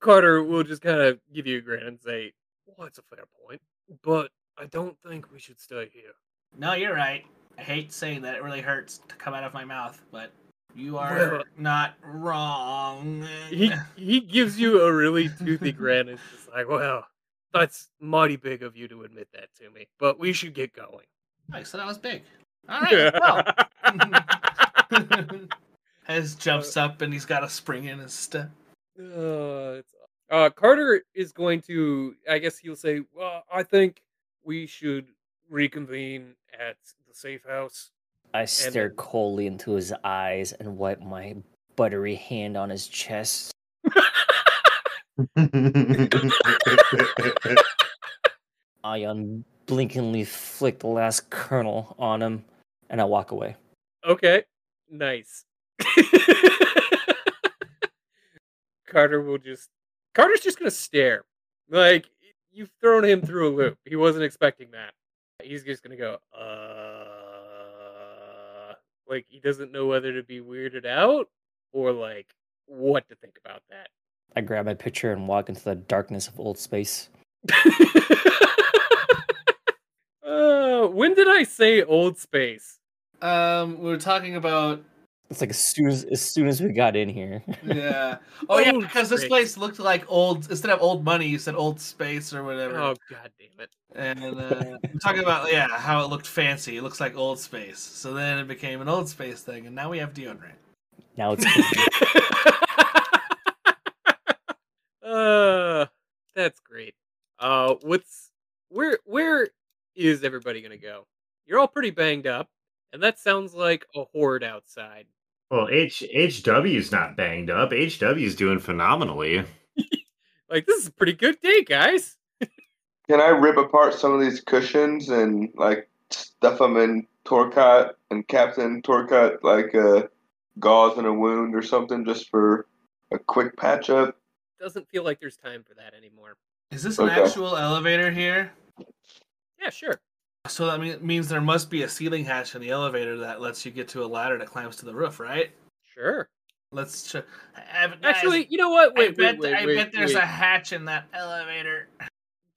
Carter will just kind of give you a grin and say, Well, that's a fair point, but I don't think we should stay here. No, you're right. I hate saying that. It really hurts to come out of my mouth, but you are Well- not wrong. He, he gives you a really toothy grin and is just like, Well, that's mighty big of you to admit that to me, but we should get going. Nice, so Oh, that was big. All right. Well. Has jumps up and he's got a spring in his step. Uh, it's, uh, Carter is going to, I guess he'll say, Well, I think we should reconvene at the safe house. I stare then- coldly into his eyes and wipe my buttery hand on his chest. I unblinkingly flick the last kernel on him, and I walk away. Okay. Nice. Carter will just Carter's just gonna stare. Like you've thrown him through a loop. He wasn't expecting that. He's just gonna go, uh like he doesn't know whether to be weirded out or like what to think about that. I grab my pitcher and walk into the darkness of old space. uh, when did I say old space? Um, we were talking about It's like as soon as, as soon as we got in here. Yeah. Oh yeah, Oh, because this great. place looked like old. Instead of old money, you said old space or whatever. Oh god damn it! And uh, I'm talking about yeah, how it looked fancy. It looks like old space. So then it became an old space thing, and now we have deodorant. Now it's uh, that's great. Uh, what's where? Where is everybody gonna go? You're all pretty banged up, and that sounds like a horde outside. Well, H HW's not banged up. HW's doing phenomenally. Like this is a pretty good day, guys. Can I rip apart some of these cushions and like stuff them in Torcot and Captain Torcot like a gauze and a wound or something just for a quick patch up? Doesn't feel like there's time for that anymore. Is this an Okay. actual elevator here? Yeah, sure. So that mean, means there must be a ceiling hatch in the elevator that lets you get to a ladder that climbs to the roof, right? Sure. Let's ch- have- guys, Actually, you know what? Wait, I bet wait, wait, I wait, bet there's wait. a hatch in that elevator.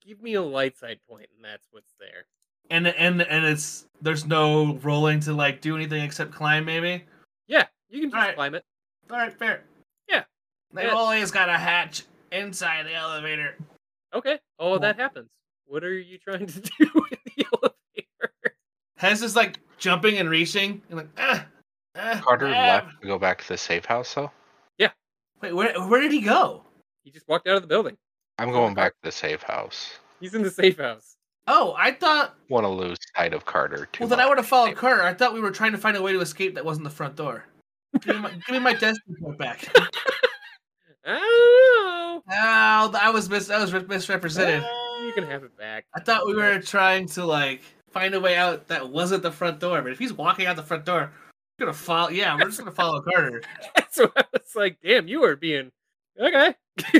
Give me a light side point, and that's what's there. And and and it's there's no rolling to like do anything except climb maybe. Yeah, you can just Alright. climb it. All right, fair. Yeah. They've Yeah. always got a hatch inside the elevator. Okay. All Cool. of that happens. What are you trying to do with the elevator? Hez is like jumping and reaching and like ah, ah, Carter ah." left to go back to the safe house, though. Wait, where where did he go? He just walked out of the building. I'm going back to the safe house. He's in the safe house. Oh, I thought. Want to lose sight of Carter too? Well, then I much. would have followed Carter. I thought we were trying to find a way to escape that wasn't the front door. Give me my, give me my destiny point back. I Oh, I was mis- I was re- don't misrepresented. know. Ah, You can have it back. I thought we were trying to like find a way out that wasn't the front door. But if he's walking out the front door, we're gonna follow. Yeah, we're just gonna follow Carter. So I was like, damn, you are being okay.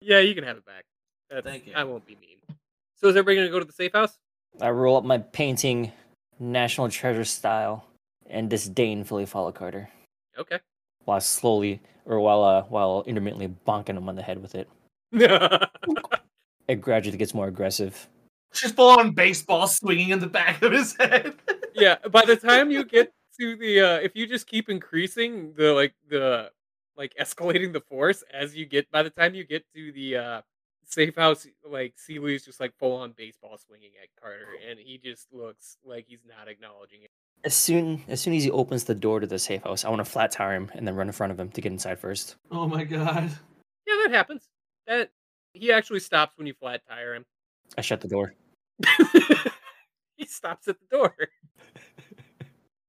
yeah, you can have it back. That's, Thank you. I won't be mean. So is everybody gonna go to the safe house? I roll up my painting, National Treasure style, and disdainfully follow Carter Okay. while slowly or while uh, while intermittently bonking him on the head with it. It gradually gets more aggressive. Just full on baseball swinging in the back of his head. yeah. By the time you get to the, uh, if you just keep increasing the like the like escalating the force as you get, by the time you get to the uh, safe house, like Seeley's just like full on baseball swinging at Carter, and he just looks like he's not acknowledging it. As soon as soon as he opens the door to the safe house, I want to flat tire him and then run in front of him to get inside first. Oh my god. Yeah, that happens. That he actually stops when you flat tire him. I shut the door. he stops at the door.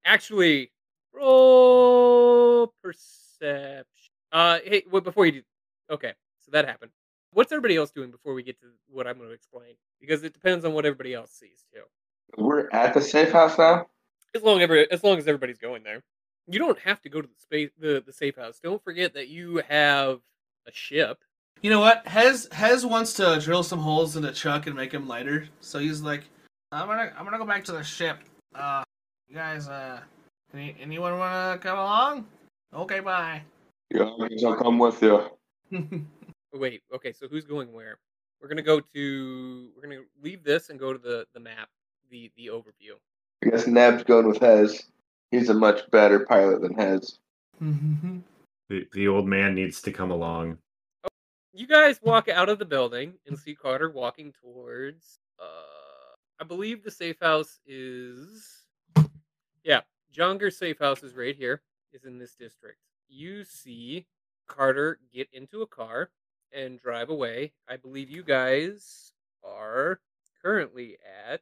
Actually, roll perception. Uh, hey, wait, before you do, okay, so that happened. What's everybody else doing before we get to what I'm going to explain? Because it depends on what everybody else sees too. We're at the safe house now? As long every, as long as everybody's going there, you don't have to go to the space the the safe house. Don't forget that you have a ship. You know what? Hez Hez wants to drill some holes into Chuck and make him lighter. So he's like, I'm gonna I'm gonna go back to the ship. Uh, you guys, uh, any, anyone wanna come along? Okay, bye. Yeah, I guess I'll come with you. Oh, Wait, okay, so who's going where? We're gonna go to we're gonna leave this and go to the the map, the the overview. I guess Nab's going with Hez. He's a much better pilot than Hez. The, the old man needs to come along. You guys walk out of the building and see Carter walking towards uh I believe the safe house is Yeah, Jonger's safe house is right here, is in this district. You see Carter get into a car and drive away. I believe you guys are currently at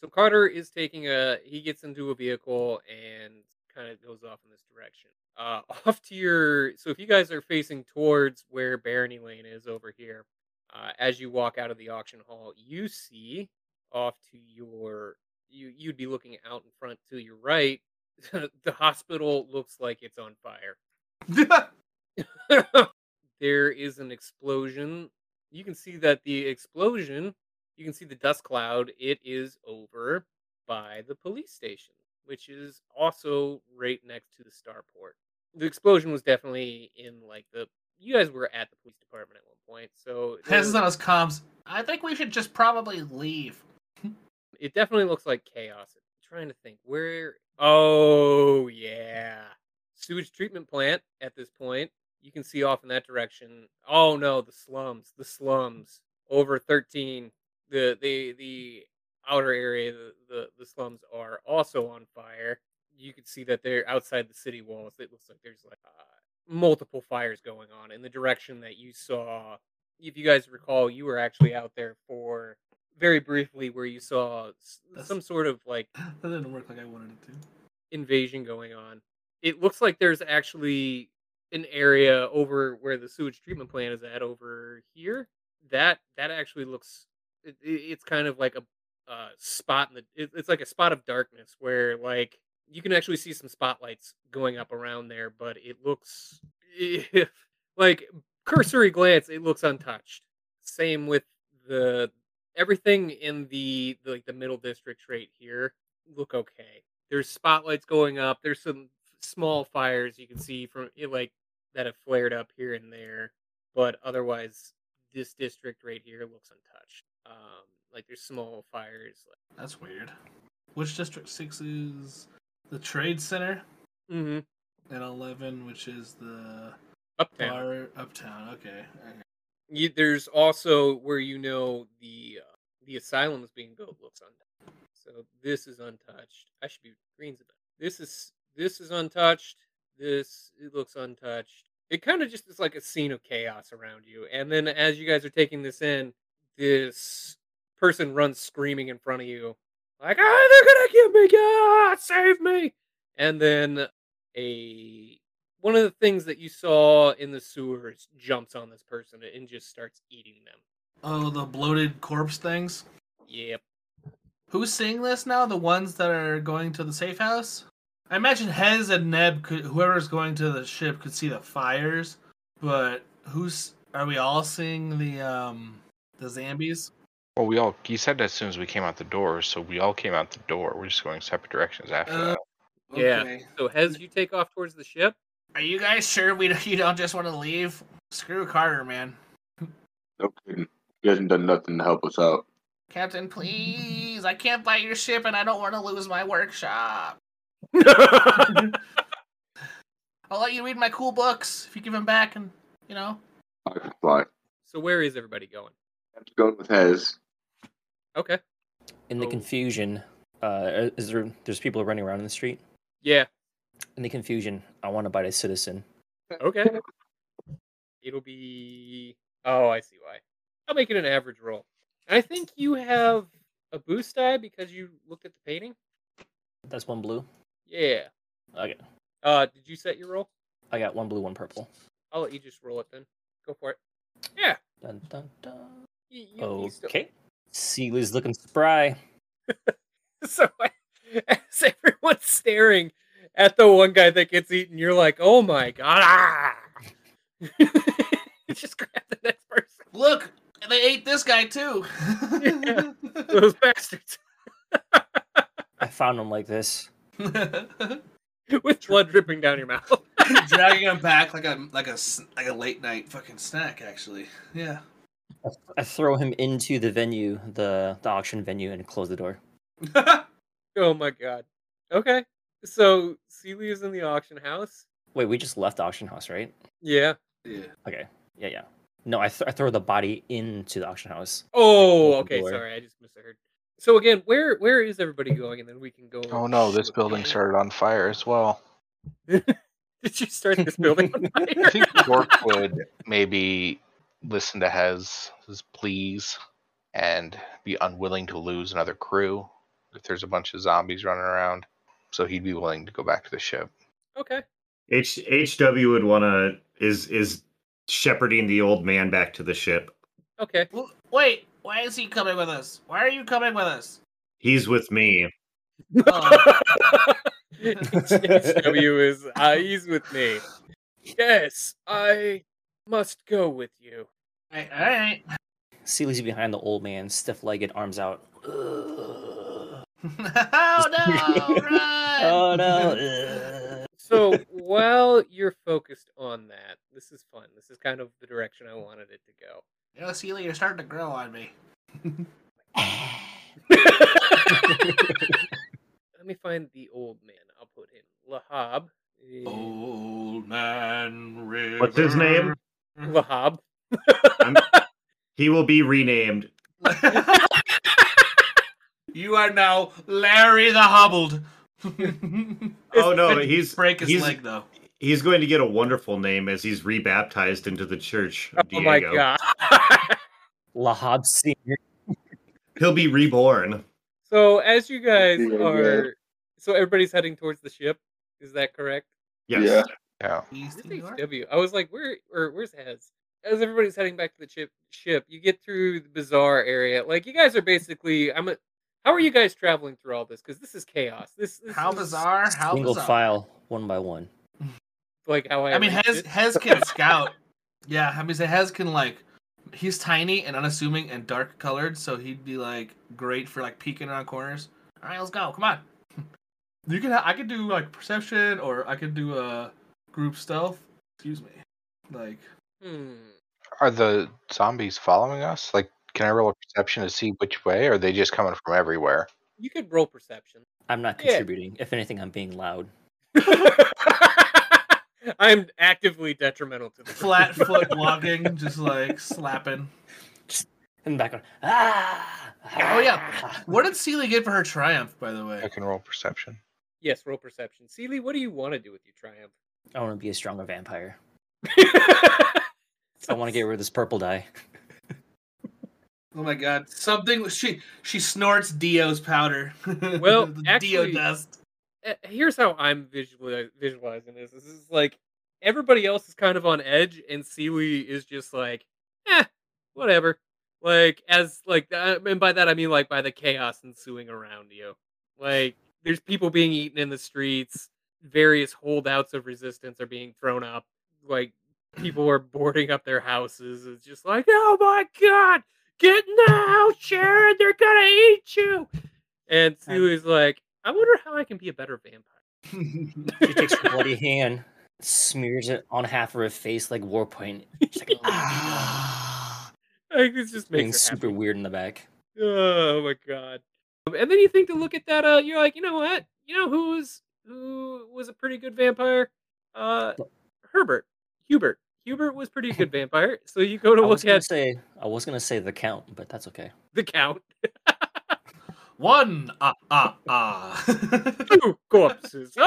so Carter is taking a he gets into a vehicle and kind of goes off in this direction. Uh off to your so if you guys are facing towards where Barony Lane is over here, uh, as you walk out of the auction hall, you see off to your you you'd be looking out in front to your right. the hospital looks like it's on fire. there is an explosion. You can see that the explosion, you can see the dust cloud. It is over by the police station, which is also right next to the starport. The explosion was definitely in like the. You guys were at the police department at one point, so there- Hez is on his comms. I think we should just probably leave. it definitely looks like chaos. Try- trying to think. Where? Oh yeah, sewage treatment plant. At this point, you can see off in that direction. Oh no, the slums. The slums over thirteen. The the the outer area. The the, the slums are also on fire. You can see that they're outside the city walls. It looks like there's like uh, multiple fires going on in the direction that you saw. If you guys recall, you were actually out there for very briefly where you saw s- That's- some sort of like That didn't work like I wanted it to. invasion going on. It looks like there's actually an area over where the sewage treatment plant is at over here. That that actually looks it, it- it's kind of like a uh, spot in the it, it's like a spot of darkness where like you can actually see some spotlights going up around there, but it looks like cursory glance it looks untouched. Same with the everything in the, the like the middle district right here look okay there's spotlights going up. There's some small fires you can see from it, like that have flared up here and there, but otherwise, this district right here looks untouched. Um, like there's small fires. That's weird. Which District 6 is the Trade Center? Like, mm-hmm. And 11, which is the Uptown. bar uptown. Okay. okay. You, there's also where you know the uh, the asylum is being built looks untouched. So this is untouched. I should be greens about. it. This is this is untouched. This it looks untouched. It kind of just is like a scene of chaos around you. And then as you guys are taking this in, this person runs screaming in front of you, like, "Ah, they're gonna kill me! Ah, save me!" And then a one of the things that you saw in the sewers jumps on this person and just starts eating them. Oh, the bloated corpse things. Yep. Who's seeing this now? The ones that are going to the safe house? I imagine Hez and Neb, could, whoever's going to the ship, could see the fires. But who's. Are we all seeing the, um. The zombies? Well, we all, you said that as soon as we came out the door, so we all came out the door. We're just going separate directions after Uh, that. Yeah. So as you take off towards the ship, Are you guys sure we don't, you don't just want to leave? Screw Carter, man. No kidding. He hasn't done nothing to help us out. Captain, please. I can't buy your ship and I don't want to lose my workshop. I'll let you read my cool books if you give them back and, you know. I can fly. so where is everybody going? I'm going with Hez. Okay. In the Oh. confusion, uh, is there there's people running around in the street? Yeah. In the confusion, I want to bite a citizen. Okay. It'll be. Oh, I see why. I'll make it an average roll. I think you have a boost die because you looked at the painting. That's one blue. Yeah. Okay, Uh, did you set your roll? I got one blue, one purple. I'll let you just roll it then. Go for it. Yeah. Dun, dun, dun. You, you, you still- Okay. Seely's looking spry. so as everyone's staring at the one guy that gets eaten, you're like, "Oh my god!" ah!" Just grab the next person. Look, they ate this guy too. Yeah. Those bastards I found him like this. with blood dripping down your mouth. Dragging him back like a like a s- like a late night fucking snack, actually. Yeah. I throw him into the venue, the, the auction venue, and close the door. Oh my god. Okay. So Celia is in the auction house. Wait, we just left the auction house, right? Yeah. yeah. Okay. Yeah, yeah. No, I, th- I throw the body into the auction house. Oh, Open okay. door. Sorry, I just misheard. So again, where where is everybody going, and then we can go. Oh no, this building started on fire as well. Did you start this building on I think fire? Dork would maybe listen to Hez, his pleas and be unwilling to lose another crew if there's a bunch of zombies running around. So he'd be willing to go back to the ship. okay. H HW would wanna is is shepherding the old man back to the ship. Okay. Well, Wait, why is he coming with us? Why are you coming with us? He's with me. Oh. HW is uh, he's with me. Yes, I must go with you. Alright, alright. Seely's behind the old man, stiff legged, arms out. oh no! Run! Oh no. So while you're focused on that, this is fun. This is kind of the direction I wanted it to go. You know, Celia, you're starting to grow on me. I'm Let me find the old man. I'll put him. Lahab. is- Oh. Old man river. What's his name? Lahab. I'm- He will be renamed. you are now Larry the Hobbled. Oh no, he's break his he's, leg though. He's going to get a wonderful name as he's rebaptized into the church. Of Oh Diego. my god. Lahab Senior. He'll be reborn. so as you guys Yeah, yeah. are, so everybody's heading towards the ship. Is that correct? Yes. Yeah. Yeah. East Where's New York? HW? I was like, where or where's Hez? As everybody's heading back to the chip ship, you get through the bazaar area. Like you guys are basically I'm a, how are you guys traveling through all this? Because this is chaos. This, this How is bizarre! How Single bizarre! file, one by one. like how I I mean, arranged Hez it. Hez can scout. Yeah, I mean, so Hez can like, he's tiny and unassuming and dark colored, so he'd be like great for like peeking around corners. All right, let's go. Come on. You can. Ha- I could do like perception, or I could do uh, group stealth. Excuse me. Like, Hmm. Are the zombies following us? Like, can I roll a perception to see which way? Or are they just coming from everywhere? You could roll perception. I'm not Yeah. contributing. If anything, I'm being loud. I'm actively detrimental to the group. flat foot walking, just like slapping. In the background. Ah. Oh, yeah. What did Celia get for her triumph, by the I way? can roll perception. Yes, roll perception. Seely, what do you want to do with your triumph? I want to be a stronger vampire. I want to get rid of this purple dye. Oh my god. Something she she snorts Dio's powder. Well, The actually- Dio dust. uh, here's how I'm visuali- visualizing this. This is like everybody else is kind of on edge, and Seeley is just like, eh, whatever. Like as like, uh, and by that I mean like by the chaos ensuing around you. Like there's people being eaten in the streets. Various holdouts of resistance are being thrown up. Like people are boarding up their houses. It's just like, oh my god, get in the house, Sharon. They're gonna eat you. And Seeley's like, I wonder how I can be a better vampire. She takes her bloody hand, smears it on half of her face like war point. She's like, ah. Like this just Being makes her super happy. weird in the back. Oh my god. Um, And then you think to look at that, uh, you're like, you know what? You know who's who was a pretty good vampire? Uh, Herbert, Hubert. Hubert was pretty good vampire. So you go to I was look gonna at say I was gonna say the count, but that's okay. the count. One ah ah ah. Two corpses.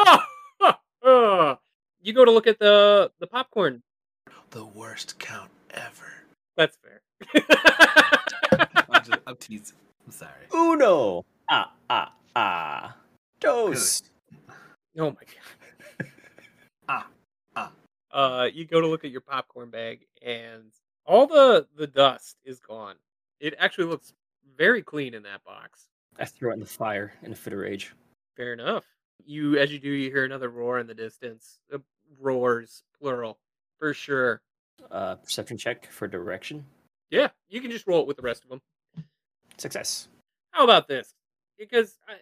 Ah, ah, ah. You go to look at the the popcorn. the worst count ever. That's fair. I'm, just, I'm teasing. I'm sorry. Uno. Ah ah ah. Dos. oh my Ah, ah. Uh, you go to look at your popcorn bag, and all the the dust is gone. It actually looks very clean in that box. I throw it in the fire in a fit of rage. Fair enough. You, as you do, you hear another roar in the distance. Uh, roars, plural, for sure. Uh, perception check for direction. Yeah, you can just roll it with the rest of them. Success. How about this? Because I,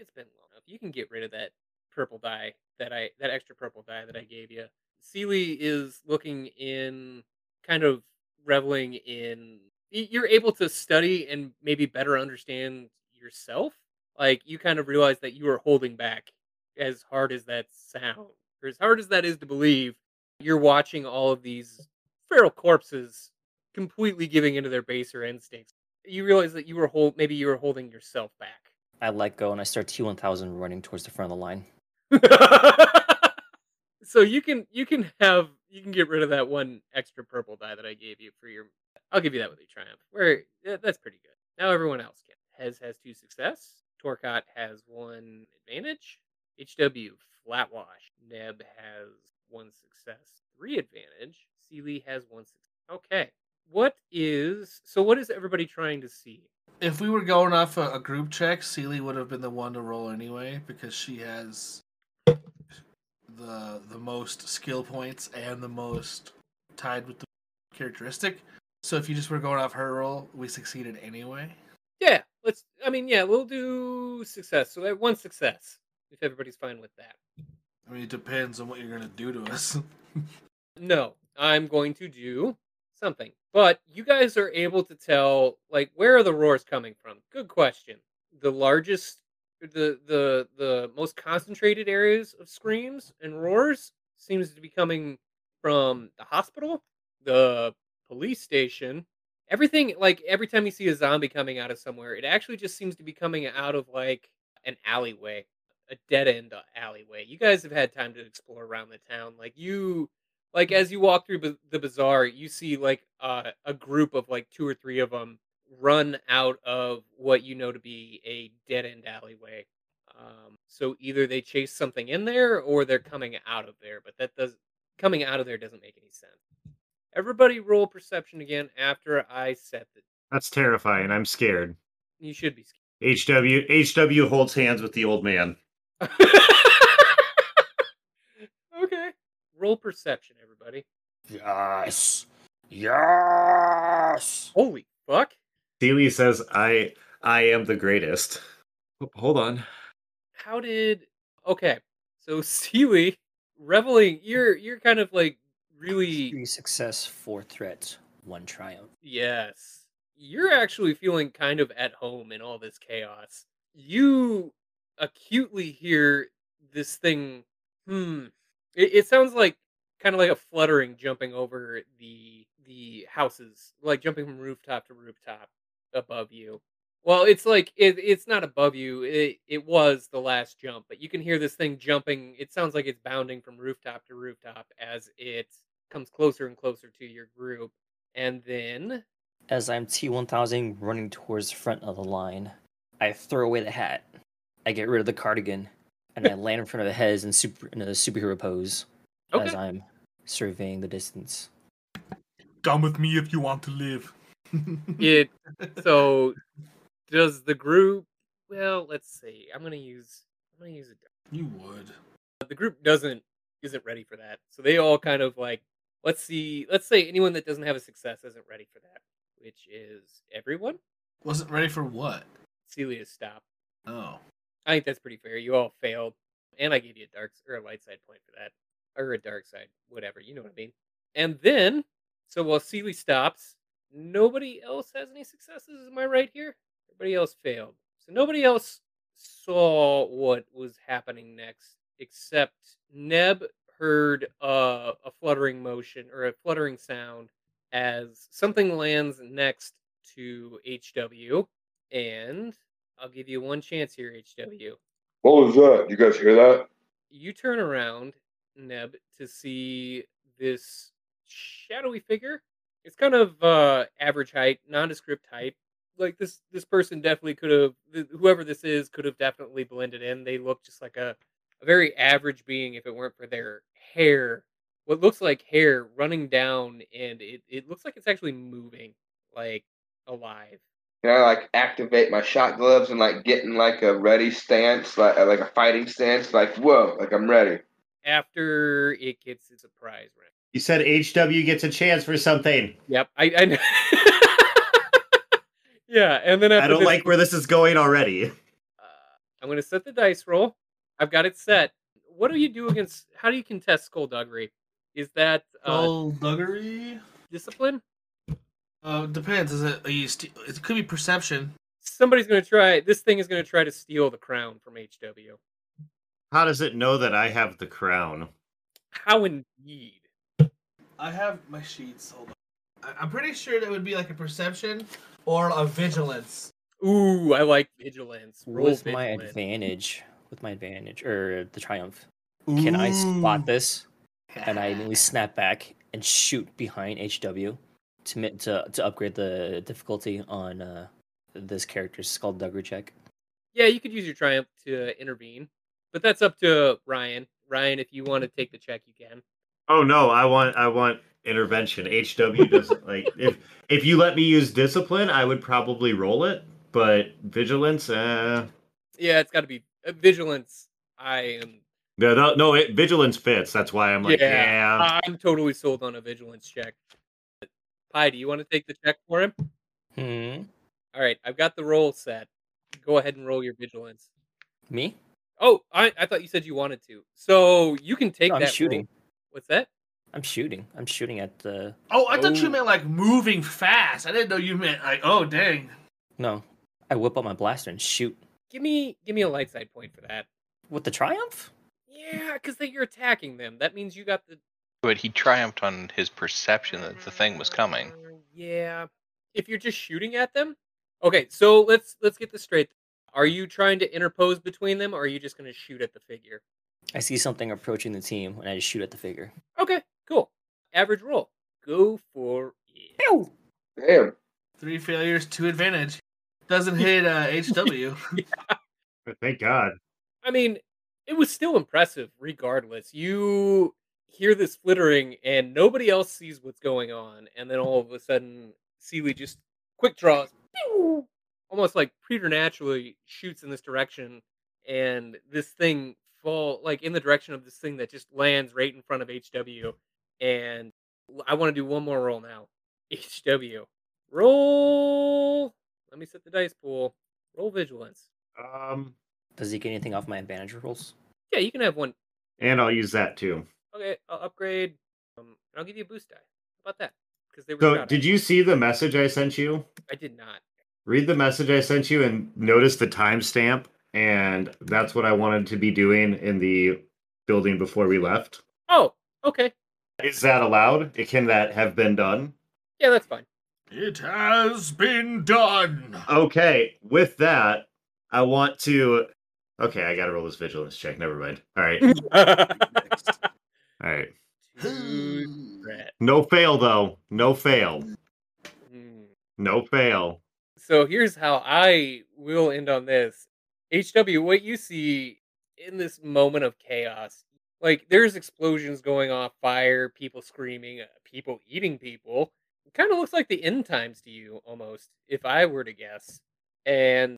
it's been long enough. You can get rid of that purple dye that I that extra purple dye that I gave you. Seely is looking in, kind of reveling in. y- You're able to study and maybe better understand yourself. Like you kind of realize that you are holding back. As hard as that sound, or as hard as that is to believe, you're watching all of these feral corpses completely giving into their baser instincts you realize that you were hold maybe you were holding yourself back. I let go and I start T1000 running towards the front of the line. so you can you can have you can get rid of that one extra purple die that I gave you for your. I'll give you that with your triumph. Where yeah, that's pretty good. Now everyone else can. Has has two success. Torcott has one advantage. HW flatwash. Neb has one success, three advantage. Seely has one success. Okay. What is so? What is everybody trying to see? If we were going off a, a group check, Seely would have been the one to roll anyway because she has the the most skill points and the most tied with the characteristic. So if you just were going off her roll, we succeeded anyway. Yeah, let's. I mean, yeah, we'll do success. So that one success, if everybody's fine with that. I mean, it depends on what you're gonna do to us. No, I'm going to do something. But you guys are able to tell, like, where are the roars coming from? Good question. The largest the the the most concentrated areas of screams and roars seems to be coming from the hospital, the police station, everything like every time you see a zombie coming out of somewhere, it actually just seems to be coming out of like an alleyway, a dead end alleyway. You guys have had time to explore around the town. Like you like as you walk through ba- the bazaar, you see like uh, a group of like two or three of them run out of what you know to be a dead end alleyway. Um, so either they chase something in there or they're coming out of there, but that does coming out of there doesn't make any sense. Everybody roll perception again after I set the That's terrifying. I'm scared. you should be HW HW holds hands with the old man. scared. okay. Roll perception, everybody. Yes. Yes. Holy fuck. Dealey says, "I I am the greatest." H- Hold on. how did okay so Seeley, reveling you're you're kind of like really Three success, four threats, one triumph. yes you're actually feeling kind of at home in all this chaos you acutely hear this thing hmm it, it sounds like kind of like a fluttering jumping over the the houses like jumping from rooftop to rooftop above you well, it's like it, it's not above you. It it was the last jump, but you can hear this thing jumping. It sounds like it's bounding from rooftop to rooftop as it comes closer and closer to your group. And then, As I'm T1000 running towards the front of the line, I throw away the hat. I get rid of the cardigan, and I land in front of the heads in super in a superhero pose as okay, I'm surveying the distance. Come with me if you want to live. it so does the group. Well, let's see. I'm gonna use I'm gonna use a You would. but the group doesn't isn't ready for that. So they all kind of like let's see let's say anyone that doesn't have a success isn't ready for that, which is everyone. Wasn't ready for what? Celia stop. Oh. I think that's pretty fair. You all failed, and I gave you a dark s- or a light side point for that, or a dark side, whatever. You know what I mean. And then, so while Seeley stops, nobody else has any successes. Am I right here? Everybody else failed, so nobody else saw what was happening next, except Neb heard uh, a fluttering motion or a fluttering sound as something lands next to HW, and I'll give you one chance here, HW. What was that? You guys hear that? You turn around, Neb, to see this shadowy figure. It's kind of uh, average height, nondescript height. Like this, this person definitely could have, th- whoever this is, could have definitely blended in. They look just like a, a very average being if it weren't for their hair, what looks like hair running down, and it, it looks like it's actually moving, like alive. Can I like activate my shot gloves and like get in like a ready stance, like like a fighting stance, like whoa, like I'm ready. After it gets its surprise round. You said HW gets a chance for something. Yep, I, I know. yeah, and then after I don't this, like where this is going already. uh, I'm gonna set the dice roll. I've got it set. What do you do against? How do you contest skullduggery? Is that uh, Skullduggery? discipline? Uh, depends. Is it? Are you st- it could be perception. Somebody's gonna try. This thing is gonna try to steal the crown from HW. How does it know that I have the crown? How indeed? I have my sheets. Hold on. I- I'm pretty sure that would be like a perception or a vigilance. Ooh, I like vigilance. Roll With my vigilance. advantage, with my advantage or the triumph, can I Mm. spot this? And I immediately snap back and shoot behind HW to mi- to to upgrade the difficulty on uh, this character's skullduggery check. Yeah, you could use your triumph to intervene, but that's up to Ryan. Ryan, if you want to take the check, you can. Oh no, I want I want intervention. HW doesn't like if if you let me use discipline, I would probably roll it, but vigilance, uh Yeah, it's got to be uh, vigilance. I am no, no, no it, vigilance fits. That's why I'm like, yeah. Um, Yeah, I'm totally sold on a vigilance check. Pi, do you want to take the check for him? Hmm. All right, I've got the roll set. Go ahead and roll your vigilance. Me? Oh, I, I thought you said you wanted to. So you can take No, I'm that. roll. shooting. What's that? I'm shooting. I'm shooting at the Oh, I thought you Oh. meant like moving fast. I didn't know you meant like oh dang. no. I whip out my blaster and shoot. give me give me a light side point for that. With the triumph? Yeah, because you're attacking them. That means you got the But he triumphed on his perception that the thing was coming. Uh, Yeah. If you're just shooting at them? Okay, so let's let's get this straight. Are you trying to interpose between them or are you just going to shoot at the figure? I see something approaching the team and I just shoot at the figure. Okay, cool. Average roll. Go for it. Damn. Three failures, two advantage. Doesn't hit uh, HW. Thank God. I mean, it was still impressive regardless. You hear this flittering and nobody else sees what's going on, and then all of a sudden Seeley just quick draws, pew, almost like preternaturally shoots in this direction, and this thing fall like in the direction of this thing that just lands right in front of HW. And l- I want to do one more roll now. HW. Roll. Let me set the dice pool. Roll vigilance. Um, Does he get anything off my advantage rolls? Yeah, you can have one and I'll use that too. Okay, I'll upgrade. Um, and I'll give you a boost die. How about that? Because they were. So, shot did at. you see the message I sent you? I did not. Read the message I sent you and notice the timestamp. And that's what I wanted to be doing in the building before we left. Oh, okay. Is that allowed? It- Can that have been done? Yeah, that's fine. it has been done. Okay, with that, I want to. Okay, I gotta roll this vigilance check. Never mind. All right, all right. Two threat. No fail though. No fail. Hmm. No fail. So here's how I will end on this. HW, what you see in this moment of chaos, like there's explosions going off, fire, people screaming, uh, people eating people. It kind of looks like the end times to you almost, if I were to guess. And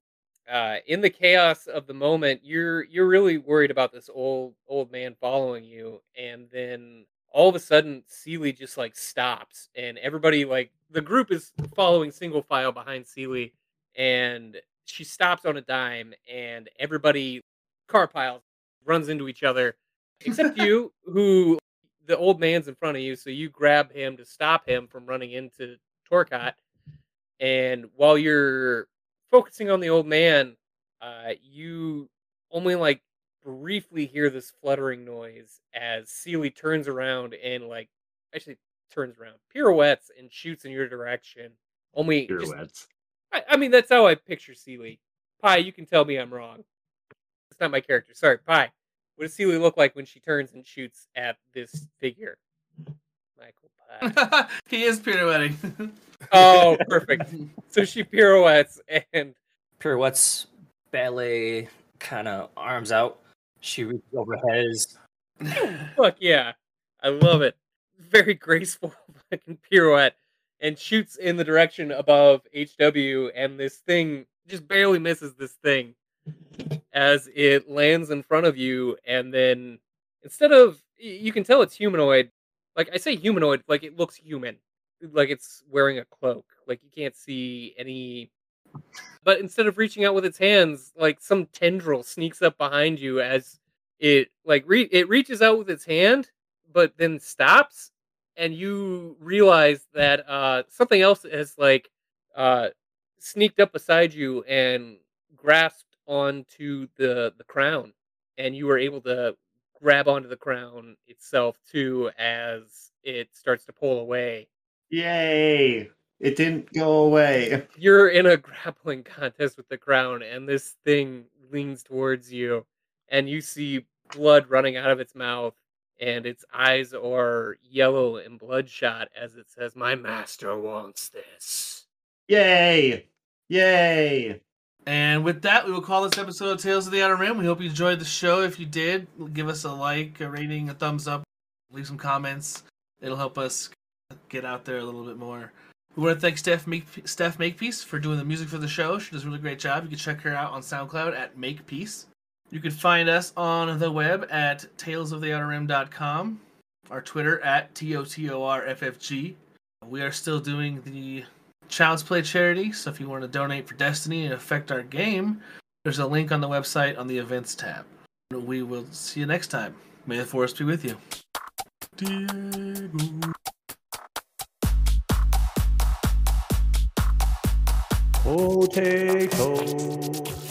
uh, in the chaos of the moment, you're you're really worried about this old old man following you, and then all of a sudden Seeley just like stops and everybody like the group is following single file behind Seeley and she stops on a dime and everybody car piles runs into each other except you who the old man's in front of you so you grab him to stop him from running into Torcott and while you're focusing on the old man uh you only like briefly hear this fluttering noise as Seely turns around and like actually turns around, pirouettes and shoots in your direction. Only just- Pirouettes. I, I mean that's how I picture Seely. Pie, you can tell me I'm wrong. It's not my character. Sorry, Pie. What does Seely look like when she turns and shoots at this figure? Michael Pie. he is pirouetting. Oh, perfect. So she pirouettes and Pirouettes, ballet, kind of arms out. She reaches over his. Fuck yeah. I love it. Very graceful fucking pirouette and shoots in the direction above HW and this thing just barely misses this thing as it lands in front of you and then instead of y- you can tell it's humanoid. Like I say humanoid, like it looks human. Like it's wearing a cloak. Like you can't see any but instead of reaching out with its hands, like some tendril sneaks up behind you as it like re- it reaches out with its hand but then stops and you realize that uh something else has like uh sneaked up beside you and grasped onto the the crown and you were able to grab onto the crown itself too as it starts to pull away Yay! It didn't go away. you're in a grappling contest with the crown and this thing leans towards you and you see blood running out of its mouth and its eyes are yellow and bloodshot as it says my master wants this Yay! Yay! and with that, we will call this episode of Tales of the Outer Rim. We hope you enjoyed the show. If you did, give us a like, a rating, a thumbs up, leave some comments. It'll help us get out there a little bit more. We want to thank Steph, Make- Steph Makepeace for doing the music for the show. She does a really great job. You can check her out on SoundCloud at Makepeace. You can find us on the web at talesoftheouterrim.com, our Twitter at TOTORFFG. We are still doing the Child's Play charity, so if you want to donate for Destiny and affect our game, there's a link on the website on the events tab. We will see you next time. May the force be with you. Potato.